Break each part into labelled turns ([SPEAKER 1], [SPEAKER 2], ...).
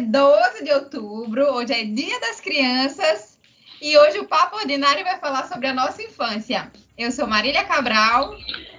[SPEAKER 1] 12 é de outubro, hoje é Dia das Crianças e hoje o Papo Ordinário vai falar sobre a nossa infância. Eu sou Marília Cabral.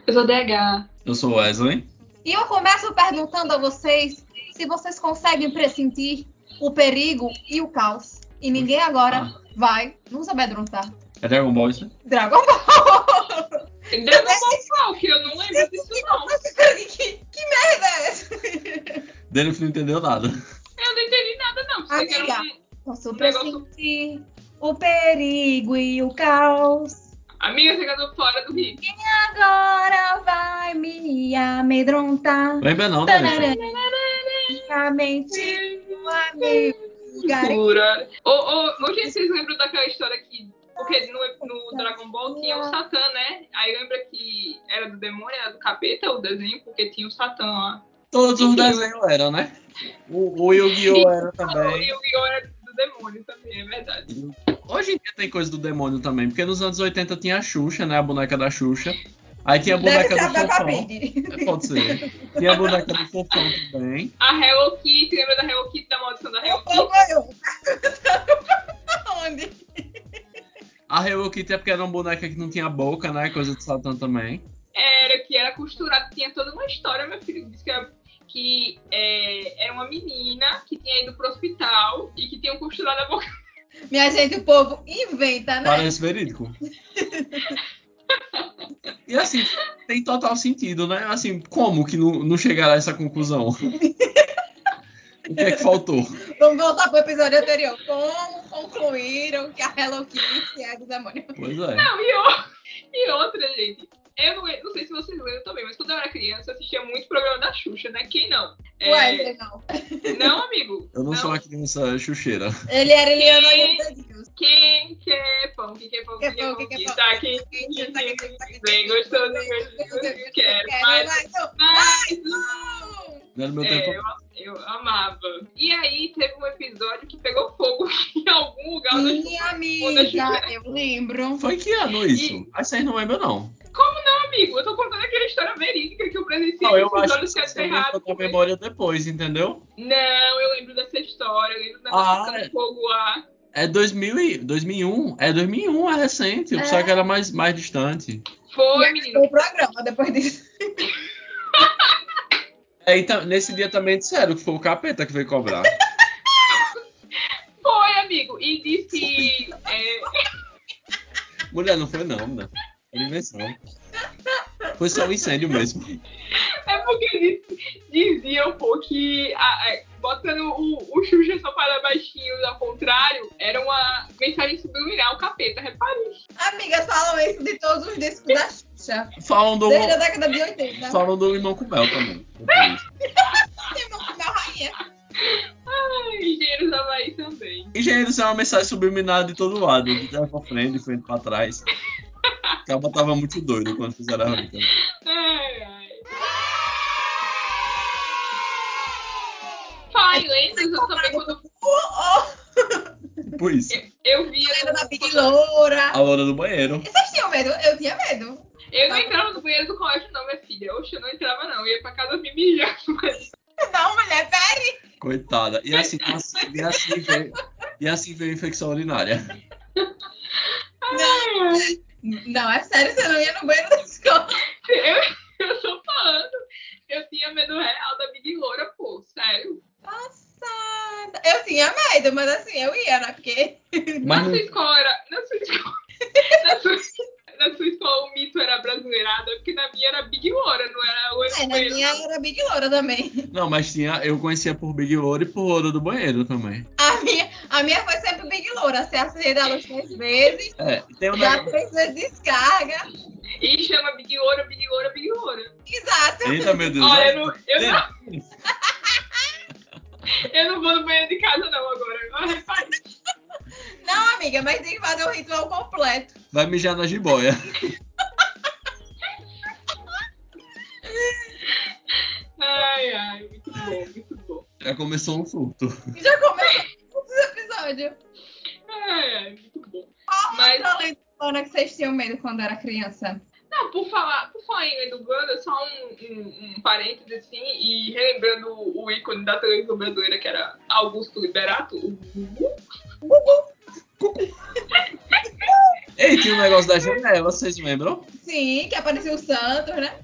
[SPEAKER 2] Eu sou DH.
[SPEAKER 3] Eu sou Wesley.
[SPEAKER 1] E eu começo perguntando a vocês se vocês conseguem pressentir o perigo e o caos. E ninguém agora vai nos amedrontar.
[SPEAKER 3] É Dragon Ball isso?
[SPEAKER 1] Dragon Ball!
[SPEAKER 2] Ainda não qual, que eu não lembro disso não.
[SPEAKER 1] que, que merda é essa?
[SPEAKER 3] Dennis não entendeu nada.
[SPEAKER 2] Eu não entendi nada não. Você quer
[SPEAKER 1] Amiga,
[SPEAKER 2] um-
[SPEAKER 1] posso
[SPEAKER 2] Um negócio-
[SPEAKER 1] pressentir o perigo e o caos.
[SPEAKER 2] Amiga, você quer fora do ritmo.
[SPEAKER 1] Agora vai me amedrontar.
[SPEAKER 3] Lembra não, né,
[SPEAKER 1] Tanarã,
[SPEAKER 3] Dennis?
[SPEAKER 1] minha mente, meu amigo.
[SPEAKER 2] Pura. Ô, ô, ô, gente, vocês lembram daquela história que... Porque no, no Dragon Ball tinha o Satã, né? Aí lembra que era do demônio, era do capeta o desenho, porque tinha o Satã lá.
[SPEAKER 3] Todos os
[SPEAKER 2] Sim.
[SPEAKER 3] desenhos eram, né? O, o Yu-Gi-Oh! era
[SPEAKER 2] E
[SPEAKER 3] também.
[SPEAKER 2] o Yu-Gi-Oh! era do demônio também, é verdade.
[SPEAKER 3] Hoje em dia tem coisa do demônio também, porque nos anos 80 tinha a Xuxa, né? A boneca da Xuxa. Aí tinha a
[SPEAKER 1] Deve
[SPEAKER 3] boneca
[SPEAKER 1] ser a
[SPEAKER 3] do
[SPEAKER 1] Peppa
[SPEAKER 3] Fofão.
[SPEAKER 1] Pig.
[SPEAKER 3] É, Pode ser. Tinha a boneca do Fofão também.
[SPEAKER 2] A Hello Kitty, lembra da Hello Kitty, da maldição da Hello Kitty?
[SPEAKER 1] é Onde?
[SPEAKER 3] A Hello Kitty é porque era uma boneca que não tinha boca, né? Coisa do Satã também.
[SPEAKER 2] Era que era costurado, tinha toda uma história, meu filho. Diz que, era, que é, era uma menina que tinha ido pro hospital e que tinha costurado a boca.
[SPEAKER 1] Minha gente, o povo inventa, né?
[SPEAKER 3] Parece verídico. E assim, tem total sentido, né? Assim, como que não, não chegaram a essa conclusão? O que é que faltou?
[SPEAKER 1] Vamos voltar pro episódio anterior. Como concluíram que a Hello Kitty é do demônio?
[SPEAKER 3] Pois é.
[SPEAKER 2] Não, e, o- e outra, gente. Eu não, não sei se vocês lembram também, mas quando eu era criança, eu assistia muito programa da Xuxa, né? Quem não? É,
[SPEAKER 1] Wesley, não.
[SPEAKER 2] não, amigo.
[SPEAKER 3] Eu não, sou uma criança chucheira.
[SPEAKER 1] Ele é era Eliana
[SPEAKER 2] Quem?
[SPEAKER 1] Oliveira de Deus.
[SPEAKER 2] Quem quer pão? Quem quer pão? Quem quer pão? Quem quer pão? Tá aqui.
[SPEAKER 1] tá
[SPEAKER 2] Bem gostoso, gostoso. Quero mais. Mais um.
[SPEAKER 3] Não era meu
[SPEAKER 2] É,
[SPEAKER 3] tempo.
[SPEAKER 2] Eu amava. E aí teve um episódio que pegou fogo em algum lugar. da Xuxa.
[SPEAKER 1] Minha amiga, eu lembro.
[SPEAKER 3] Foi que ano isso? Acho que vocês não lembram, não.
[SPEAKER 2] Amigo, eu tô contando aquela história verídica que eu presenciei.
[SPEAKER 3] Não, eu
[SPEAKER 2] os
[SPEAKER 3] acho que
[SPEAKER 2] olhos que
[SPEAKER 3] você
[SPEAKER 2] aterraram.
[SPEAKER 3] lembrou da memória depois, entendeu?
[SPEAKER 2] Não, eu lembro dessa história. Eu lembro da
[SPEAKER 3] Ah,
[SPEAKER 2] música
[SPEAKER 3] é.
[SPEAKER 2] do fogo lá.
[SPEAKER 3] É 2000 e- 2001. É 2001, é recente. Eu pensava que era mais, mais distante.
[SPEAKER 2] Foi,
[SPEAKER 1] E acabou
[SPEAKER 2] menino.
[SPEAKER 1] o programa depois disso.
[SPEAKER 3] Aí, tá- nesse dia também disseram que foi o capeta que veio cobrar.
[SPEAKER 2] Foi, amigo. E disse. é,
[SPEAKER 3] Mulher, não foi não, né? Era invenção. Foi só um incêndio mesmo.
[SPEAKER 2] É porque diz- diziam, pô, que a- a- botando o, o Xuxa só para baixinho, ao contrário, era uma mensagem subliminar, o capeta, reparei.
[SPEAKER 1] Amigas falam isso de todos os discos da Xuxa.
[SPEAKER 3] Falam do,
[SPEAKER 1] Desde a década de 80.
[SPEAKER 3] falam do limão com mel também. depois.
[SPEAKER 1] Tem uma final rainha.
[SPEAKER 2] Engenheiro usava aí também.
[SPEAKER 3] Engenheiros é uma mensagem subliminar de todo lado. De trás pra frente, de frente pra trás. O cabo tava muito doido quando fizeram a vida.
[SPEAKER 2] Ai, ai. Pai, lembra? Eu também quando
[SPEAKER 1] Oh, oh,
[SPEAKER 3] Tipo isso.
[SPEAKER 2] eu via.
[SPEAKER 1] lembra da Big
[SPEAKER 2] quando-
[SPEAKER 1] Loura.
[SPEAKER 3] A hora do banheiro.
[SPEAKER 1] Vocês tinham medo? Eu tinha medo.
[SPEAKER 2] Eu não entrava no banheiro do colégio, não, minha filha. Oxe, eu não entrava, não. Eu ia pra casa me mijar. Mas...
[SPEAKER 1] Não, mulher, pera.
[SPEAKER 3] Coitada. E assim, assim- e assim veio. E assim veio a infecção urinária.
[SPEAKER 1] Não, é sério, você não ia no banheiro da escola.
[SPEAKER 2] Eu, eu tô falando. Eu tinha medo real da Big Loura, pô. Sério.
[SPEAKER 1] Passada. Eu tinha medo, mas assim, eu ia, né? Porque
[SPEAKER 3] Mas
[SPEAKER 2] na
[SPEAKER 3] não-
[SPEAKER 2] sua escola era... Na sua escola... na, sua... na sua escola o mito era brasileirado, é porque na minha era Big Loura, não era o
[SPEAKER 1] é, na minha era Big Loura também.
[SPEAKER 3] não, mas tinha. Eu conhecia por Big Louro e por Loura do banheiro também.
[SPEAKER 1] A minha, a minha foi sempre Big Loura. Você acende a luz três vezes,
[SPEAKER 3] É, tem um
[SPEAKER 1] dá
[SPEAKER 3] negócio.
[SPEAKER 1] três vezes descarga.
[SPEAKER 2] E chama Big Loura, Big Loura, Big Loura.
[SPEAKER 1] Exato.
[SPEAKER 3] Eita, meu Deus.
[SPEAKER 2] Olha, eu não, eu, não,
[SPEAKER 3] Gente,
[SPEAKER 2] eu não vou no banheiro de casa, não, agora. Agora repare.
[SPEAKER 1] Não, amiga, mas tem que fazer o ritual completo.
[SPEAKER 3] Vai mijar na jiboia.
[SPEAKER 2] Ai, ai, muito bom, muito bom.
[SPEAKER 3] Já começou um surto.
[SPEAKER 1] Já começou o episódio.
[SPEAKER 2] Ai, ai, muito bom.
[SPEAKER 1] Qual
[SPEAKER 2] Mas,
[SPEAKER 1] outra lenda urbana que vocês tinham medo quando era criança?
[SPEAKER 2] não, Não, por falar, por falar em Lendo Wanda, só um, um, um parênteses assim, e relembrando o ícone da televisão brasileira, que era Augusto Liberato, o Gugu.
[SPEAKER 3] Ei, tinha um negócio da janela, vocês lembram?
[SPEAKER 1] Sim, que apareceu o Santos, né?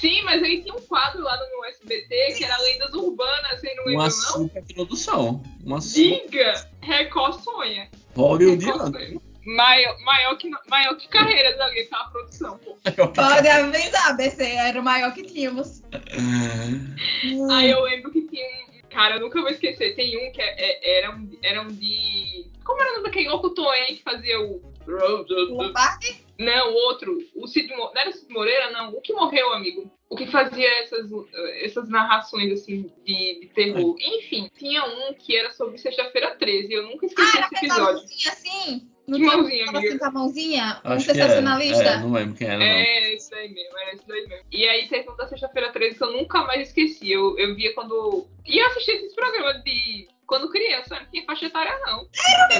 [SPEAKER 2] Sim, mas ele tinha um quadro lá no SBT que era Lendas Urbanas, você não lembra,
[SPEAKER 3] Uma
[SPEAKER 2] não?
[SPEAKER 3] super introdução. Uma super
[SPEAKER 2] Diga, Record sonha.
[SPEAKER 3] Hollywood
[SPEAKER 2] Record sonha. Maior, maior, que, maior que carreira da Lê, tá? A produção, pô.
[SPEAKER 1] Pode avisar, BC, era o maior que tínhamos.
[SPEAKER 3] É,
[SPEAKER 2] Aí eu lembro que tinha um. Cara, eu nunca vou esquecer. Tem um que é- é- era, um, era um de. Como era o nome daquele locutor, hein? Que fazia o.
[SPEAKER 1] O parque
[SPEAKER 2] Não, Né, o outro. O Cid Mo... Não era o Cid Moreira, não. O que morreu, amigo? O que fazia essas, eh, essas narrações, assim, de, de terror.
[SPEAKER 1] É.
[SPEAKER 2] Enfim, tinha um que era sobre sexta-feira 13. Eu nunca esqueci
[SPEAKER 1] era
[SPEAKER 2] esse
[SPEAKER 1] com a
[SPEAKER 2] episódio.
[SPEAKER 1] mãozinha assim? Ah, é Não
[SPEAKER 2] Que
[SPEAKER 1] tinha um que
[SPEAKER 2] mãozinha,
[SPEAKER 1] tava
[SPEAKER 2] amiga?
[SPEAKER 1] assim com a mãozinha? Um
[SPEAKER 3] Acho que era.
[SPEAKER 1] sensacionalista?
[SPEAKER 3] É, não lembro quem era, não.
[SPEAKER 2] É, isso daí mesmo, era isso daí mesmo. E aí teve um da sexta-feira 13 que eu nunca mais esqueci. Eu, eu via quando. E eu assistia esses programas de. Quando criança, não tinha faixa etária, não.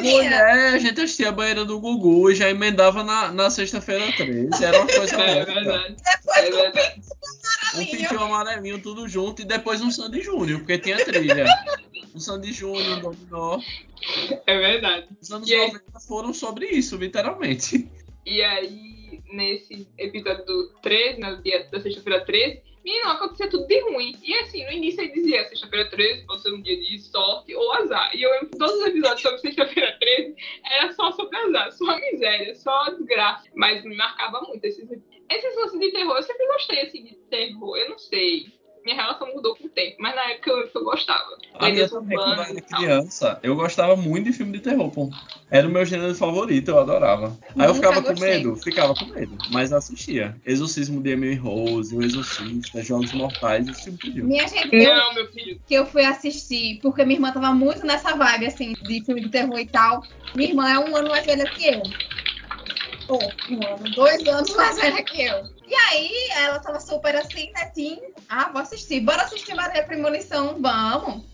[SPEAKER 3] Mulher, a gente assistia a banheira do Gugu e já emendava na, na sexta-feira 13. Era uma coisa
[SPEAKER 2] É,
[SPEAKER 3] louca.
[SPEAKER 2] verdade.
[SPEAKER 1] Depois
[SPEAKER 2] É verdade.
[SPEAKER 3] Um
[SPEAKER 1] amarelinho.
[SPEAKER 3] pintinho amarelinho, tudo junto, e depois um Sandy Júnior, porque tinha trilha. Um Sandy Júnior, um dominó.
[SPEAKER 2] É verdade.
[SPEAKER 3] Os anos
[SPEAKER 2] E aí?
[SPEAKER 3] 90 foram sobre isso, literalmente.
[SPEAKER 2] E aí, nesse episódio do 13, na dia da sexta-feira 13, menino, acontecia tudo de ruim. E assim, no início ele dizia, sexta-feira 13 pode ser um dia de sorte ou azar. E eu lembro que todos os episódios sobre sexta-feira 13 era só sobre azar, só miséria, só desgraça. Mas me marcava muito esses esses lances de terror. Eu sempre gostei assim de terror, eu não sei. Minha relação mudou com o tempo, mas na época eu, lembro que eu gostava.
[SPEAKER 3] A minha
[SPEAKER 2] Lendas
[SPEAKER 3] também, quando eu
[SPEAKER 2] urbanas e
[SPEAKER 3] era
[SPEAKER 2] é tal.
[SPEAKER 3] criança, eu gostava muito de filme de terror, pô. Era o meu gênero favorito, eu adorava. Aí eu
[SPEAKER 1] Nunca
[SPEAKER 3] ficava com
[SPEAKER 1] gostei.
[SPEAKER 3] medo, ficava com medo, mas assistia. Exorcismo de Emily Rose, O Exorcista, Jogos Mortais, esse tipo de filme.
[SPEAKER 1] Minha gente, eu,
[SPEAKER 2] Não, meu filho.
[SPEAKER 1] que eu fui assistir, porque minha irmã tava muito nessa vibe, assim, de filme de terror e tal. Minha irmã é um ano mais velha que eu. Ou, um ano, dois anos mais velha que eu. E aí, ela tava super assim, né, Tim? Ah, vou assistir. Bora assistir Maria Premonição, vamos.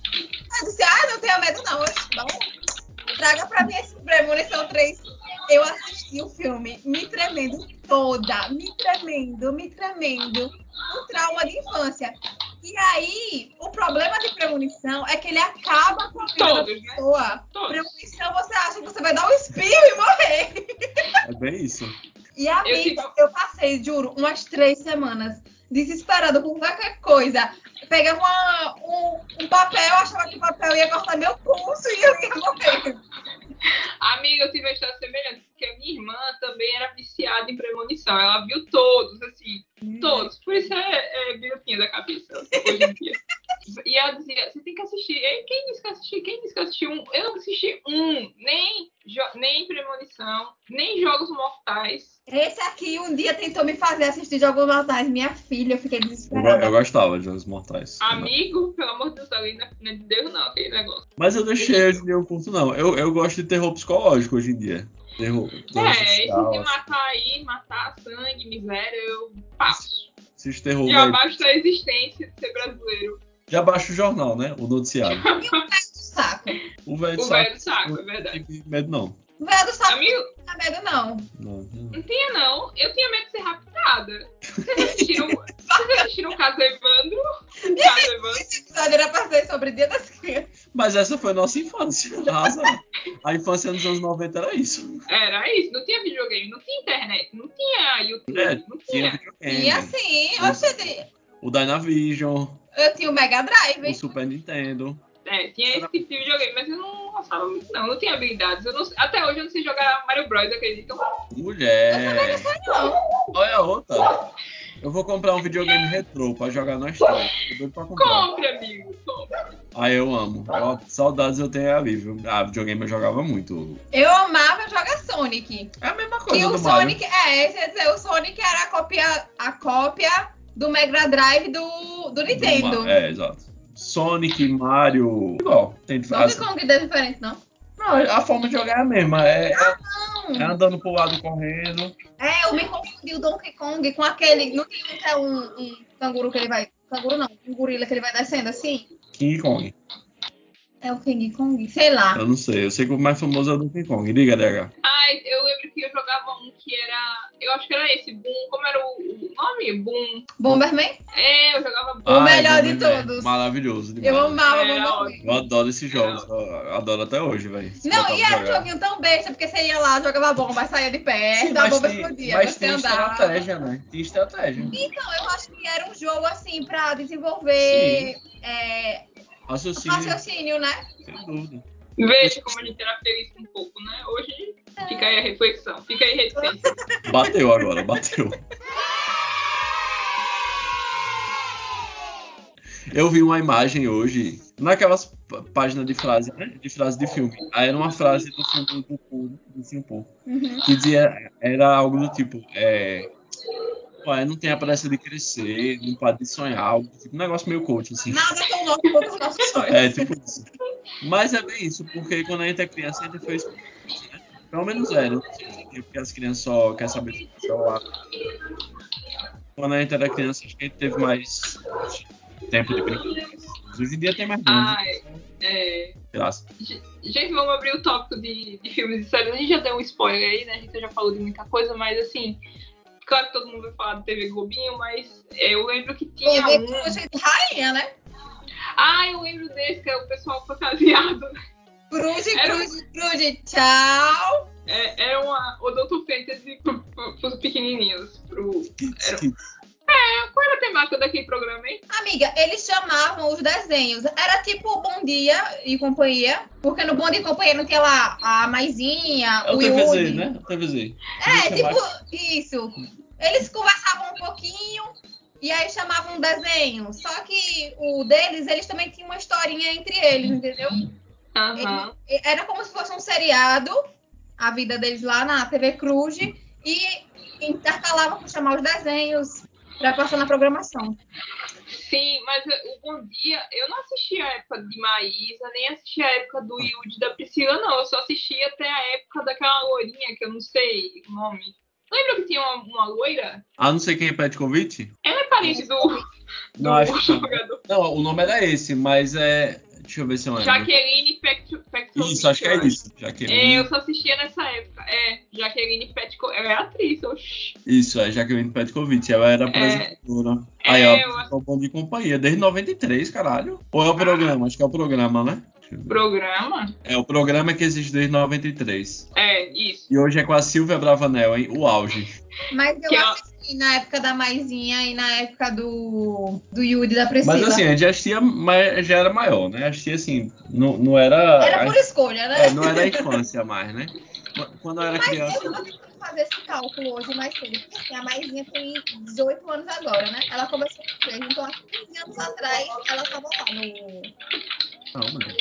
[SPEAKER 1] Aí eu disse, ah, não tenho medo não, eu disse, vamos. Traga pra mim esse Premonição 3. Eu assisti o filme, me tremendo toda, me tremendo, me tremendo. Um trauma de infância. E aí, o problema de premonição é que ele acaba com a vida
[SPEAKER 2] Todos, né?
[SPEAKER 1] da pessoa.
[SPEAKER 2] Todos.
[SPEAKER 1] Premonição, você acha que você vai dar um espinho e morrer.
[SPEAKER 3] É bem isso.
[SPEAKER 1] E amiga,
[SPEAKER 2] Eu
[SPEAKER 1] eu, passei, juro, umas três semanas desesperada com qualquer coisa. Pegava uma- um, um papel, achava que o papel ia cortar meu pulso e eu ia morrer.
[SPEAKER 2] Amiga, eu tive uma história semelhante, porque a minha irmã também era viciada em premonição. Ela viu todos, assim,
[SPEAKER 1] Uhum.
[SPEAKER 2] todos. Por isso é, é birutinha da cabeça, hoje em dia. E ela dizia, você tem que assistir. Ei, quem disse que eu assisti? Quem disse que eu assisti um? Eu não assisti um. Nem, jo- nem premonição, nem jogos mortais.
[SPEAKER 1] Esse aqui um dia tentou me fazer assistir Jogos Mortais, minha filha, eu fiquei
[SPEAKER 3] Eu, go- eu
[SPEAKER 1] desesperada.
[SPEAKER 3] gostava de Jogos Mortais.
[SPEAKER 2] Amigo, pelo amor de Deus, ali não é de Deus não, aquele negócio.
[SPEAKER 3] Mas eu deixei hoje em dia um ponto, não. Eu, eu gosto de terror psicológico hoje em dia. Terror, terror
[SPEAKER 2] É, isso
[SPEAKER 3] social,
[SPEAKER 2] de matar aí, matar sangue, miséria, eu passo.
[SPEAKER 3] esses terror
[SPEAKER 2] Já
[SPEAKER 3] velho.
[SPEAKER 2] basta a existência de ser brasileiro.
[SPEAKER 3] Já baixa o jornal, né? O noticiário.
[SPEAKER 1] Saco.
[SPEAKER 3] O velho
[SPEAKER 2] O
[SPEAKER 3] sabe.
[SPEAKER 2] velho saco, é verdade.
[SPEAKER 3] Não tem medo, não.
[SPEAKER 1] Não é do saco,
[SPEAKER 2] Amigo,
[SPEAKER 1] não dá medo, não.
[SPEAKER 3] Não, não.
[SPEAKER 2] não tinha Tá não. Eu tinha medo de ser raptada. Vocês assistiram, vocês assistiram o caso Evandro? O caso Evandro?
[SPEAKER 1] Esse episódio era pra ser sobre Dia das Crianças.
[SPEAKER 3] Mas essa foi a nossa infância. Arrasa. A infância nos anos 90 era isso.
[SPEAKER 2] Era isso. Não tinha videogame, não tinha internet, não tinha YouTube,
[SPEAKER 3] É,
[SPEAKER 2] não
[SPEAKER 3] Tinha
[SPEAKER 2] tinha.
[SPEAKER 1] E
[SPEAKER 3] videogame.
[SPEAKER 1] assim, eu, achei-
[SPEAKER 3] O Dynavision,
[SPEAKER 1] eu tinha o Mega Drive.
[SPEAKER 3] o Super Nintendo.
[SPEAKER 2] É, tinha esse tipo de videogame, mas eu não gostava muito não. Não tinha habilidades. Eu não- até hoje eu não sei jogar Mario Bros, acreditam?
[SPEAKER 3] Mulher.
[SPEAKER 1] Não,
[SPEAKER 3] Olha a outra. Eu vou comprar um videogame retrô pra jogar nós três. Tô doido pra comprar.
[SPEAKER 2] Compre, amigo. Compre.
[SPEAKER 3] Ah, eu amo. Ó, saudades eu tenho ali, viu? Ah, videogame eu jogava muito.
[SPEAKER 1] eu amava jogar Sonic.
[SPEAKER 3] É a mesma
[SPEAKER 1] E
[SPEAKER 3] coisa
[SPEAKER 1] o
[SPEAKER 3] do Mario.
[SPEAKER 1] Sonic, é, quer dizer, o Sonic era a cópia, a cópia do Mega Drive do, do
[SPEAKER 3] Do
[SPEAKER 1] Nintendo.
[SPEAKER 3] Ma- É, exato. Sonic, Mario. Igual. Tem
[SPEAKER 1] Donkey
[SPEAKER 3] diferença.
[SPEAKER 1] Kong deu diferente, não?
[SPEAKER 3] Não, a forma de jogar é a mesma. É, é- é
[SPEAKER 1] Ah, Não.
[SPEAKER 3] andando pro lado correndo.
[SPEAKER 1] É, eu me confundi o Donkey Kong com aquele. Não tem um que é um, um canguru que ele vai. Canguru não, um gorila que ele vai descendo assim?
[SPEAKER 3] King Kong.
[SPEAKER 1] É o King Kong? Sei lá.
[SPEAKER 3] Eu não sei. Eu sei que o mais famoso é o Donkey Kong. Liga, DH.
[SPEAKER 2] Ai, eu lembro que eu jogava um que era. Eu acho que era esse, Boom. Como era o, o nome? Boom.
[SPEAKER 1] Bomberman?
[SPEAKER 2] É, eu jogava Boom.
[SPEAKER 1] O melhor de
[SPEAKER 3] Bomberman,
[SPEAKER 1] todos.
[SPEAKER 3] é Maravilhoso demais.
[SPEAKER 1] Eu amava
[SPEAKER 2] É,
[SPEAKER 1] Bomberman.
[SPEAKER 3] Eu adoro esses jogos, eu adoro até hoje, velho.
[SPEAKER 1] Não, e era um joguinho tão besta, porque você ia lá, jogava bomba, saía de perto, a
[SPEAKER 3] mas
[SPEAKER 1] bomba
[SPEAKER 3] tem,
[SPEAKER 1] explodia,
[SPEAKER 3] mas
[SPEAKER 1] você
[SPEAKER 3] tem
[SPEAKER 1] andava.
[SPEAKER 3] estratégia, né? Tem estratégia.
[SPEAKER 1] Então, eu acho que era um jogo, assim, pra desenvolver é,
[SPEAKER 3] Raciocínio,
[SPEAKER 1] raciocínio, né?
[SPEAKER 3] sem dúvida.
[SPEAKER 2] Veja como a gente era feliz um pouco, né? Hoje fica aí a reflexão, fica aí a reticência.
[SPEAKER 3] Bateu agora, bateu. Eu vi uma imagem hoje, naquelas pá- páginas de frase, né? de frase de filme. Aí era uma frase do filme do Poo, do filme Poo,
[SPEAKER 1] Uhum.
[SPEAKER 3] que dizia, era algo do tipo, é, "Ué, não tem a pressa de crescer, não pode de sonhar, algo do tipo, um negócio meio coach, assim.
[SPEAKER 1] Nada é tão novo quanto os nossos sonhos.
[SPEAKER 3] É, tipo isso. Mas é bem isso, porque quando a gente é criança, a gente foi isso, né? Pelo menos era. Porque as crianças só querem saber do celular. Quando a gente era criança, acho que a gente teve mais tempo de brincar. Hoje em dia tem mais menos,
[SPEAKER 2] Ai, é.
[SPEAKER 3] graça.
[SPEAKER 2] Ge- Gente, vamos abrir o tópico de, de filmes e séries. A gente já deu um spoiler aí, né? A gente já falou de muita coisa, mas assim, claro que todo mundo vai falar do TV Globinho, mas é, eu lembro que
[SPEAKER 1] Tinha
[SPEAKER 2] tinha
[SPEAKER 1] a ver
[SPEAKER 2] um.
[SPEAKER 1] com a gente rainha, né?
[SPEAKER 2] Ah, eu lembro desse, que é o pessoal fantasiado.
[SPEAKER 1] Cruze,
[SPEAKER 2] Era um-
[SPEAKER 1] cruze, cruze, tchau.
[SPEAKER 2] É, era uma Odonto Fantasy pro, pro, pros pequenininhos. Pro... Era- Qual era a temática daquele programa, hein?
[SPEAKER 1] Amiga, eles chamavam os desenhos. Era tipo Bom Dia e Companhia, porque no Bom Dia e Companhia não tinha lá a Maisinha,
[SPEAKER 3] É o
[SPEAKER 1] o
[SPEAKER 3] TVZ,
[SPEAKER 1] Yuri.
[SPEAKER 3] né? O TVZ.
[SPEAKER 1] É, tipo isso. Eles conversavam um pouquinho e aí chamavam um desenho. Só que o deles, eles também tinham uma historinha entre eles, entendeu?
[SPEAKER 2] Aham.
[SPEAKER 1] E- Era como se fosse um seriado, a vida deles lá na TV Cruz, e intercalavam com chamar os desenhos pra passar na programação.
[SPEAKER 2] Sim, mas eh, o Bom Dia, eu não assisti a época de Maísa, nem assisti a época do Yud da Priscila, não. Eu só assisti até a época daquela loirinha, que eu não sei o nome. Lembra que tinha uma, uma loira?
[SPEAKER 3] Ah, não sei quem é Petkovic?
[SPEAKER 2] Ela é parente do, do
[SPEAKER 3] Não, acho que não.
[SPEAKER 2] jogador.
[SPEAKER 3] Não, o nome era esse, mas é. Deixa eu ver se eu lembro.
[SPEAKER 2] Jaqueline Petro- Petrovic.
[SPEAKER 3] Isso, acho que
[SPEAKER 2] eu
[SPEAKER 3] é
[SPEAKER 2] acho.
[SPEAKER 3] isso. Jaqueline.
[SPEAKER 2] É, eu só assistia nessa época. É, Jaqueline Petkovic. Ela é atriz, oxi.
[SPEAKER 3] Isso, é Jaqueline Petkovic, ela era apresentadora. Aí
[SPEAKER 2] é,
[SPEAKER 3] ela
[SPEAKER 2] eu- Ah.
[SPEAKER 3] apresentou o Bom de Companhia desde 93, caralho. Ou é o programa? Acho que é o programa, né? Deixa eu ver.
[SPEAKER 2] Programa?
[SPEAKER 3] É o programa que existe desde 93.
[SPEAKER 2] É, isso.
[SPEAKER 3] E hoje é com a Silvia Bravanel, hein? O auge.
[SPEAKER 1] Mas eu
[SPEAKER 2] Que ela-
[SPEAKER 1] assisti na época da Maisinha e na época do, do Yuri da Priscila.
[SPEAKER 3] Mas assim, a gente assistia, mas já era maior, né? Assistia assim, não, não era.
[SPEAKER 1] Era por escolha, né?
[SPEAKER 3] é, não era a infância mais, né? Quando eu era
[SPEAKER 1] Mas
[SPEAKER 3] criança.
[SPEAKER 1] eu vou tentar fazer esse cálculo hoje mais cedo. Porque assim, a Maisinha tem 18 anos agora, né? Ela começou com 3, então há 15 anos atrás ela estava lá no.
[SPEAKER 3] Não, mano.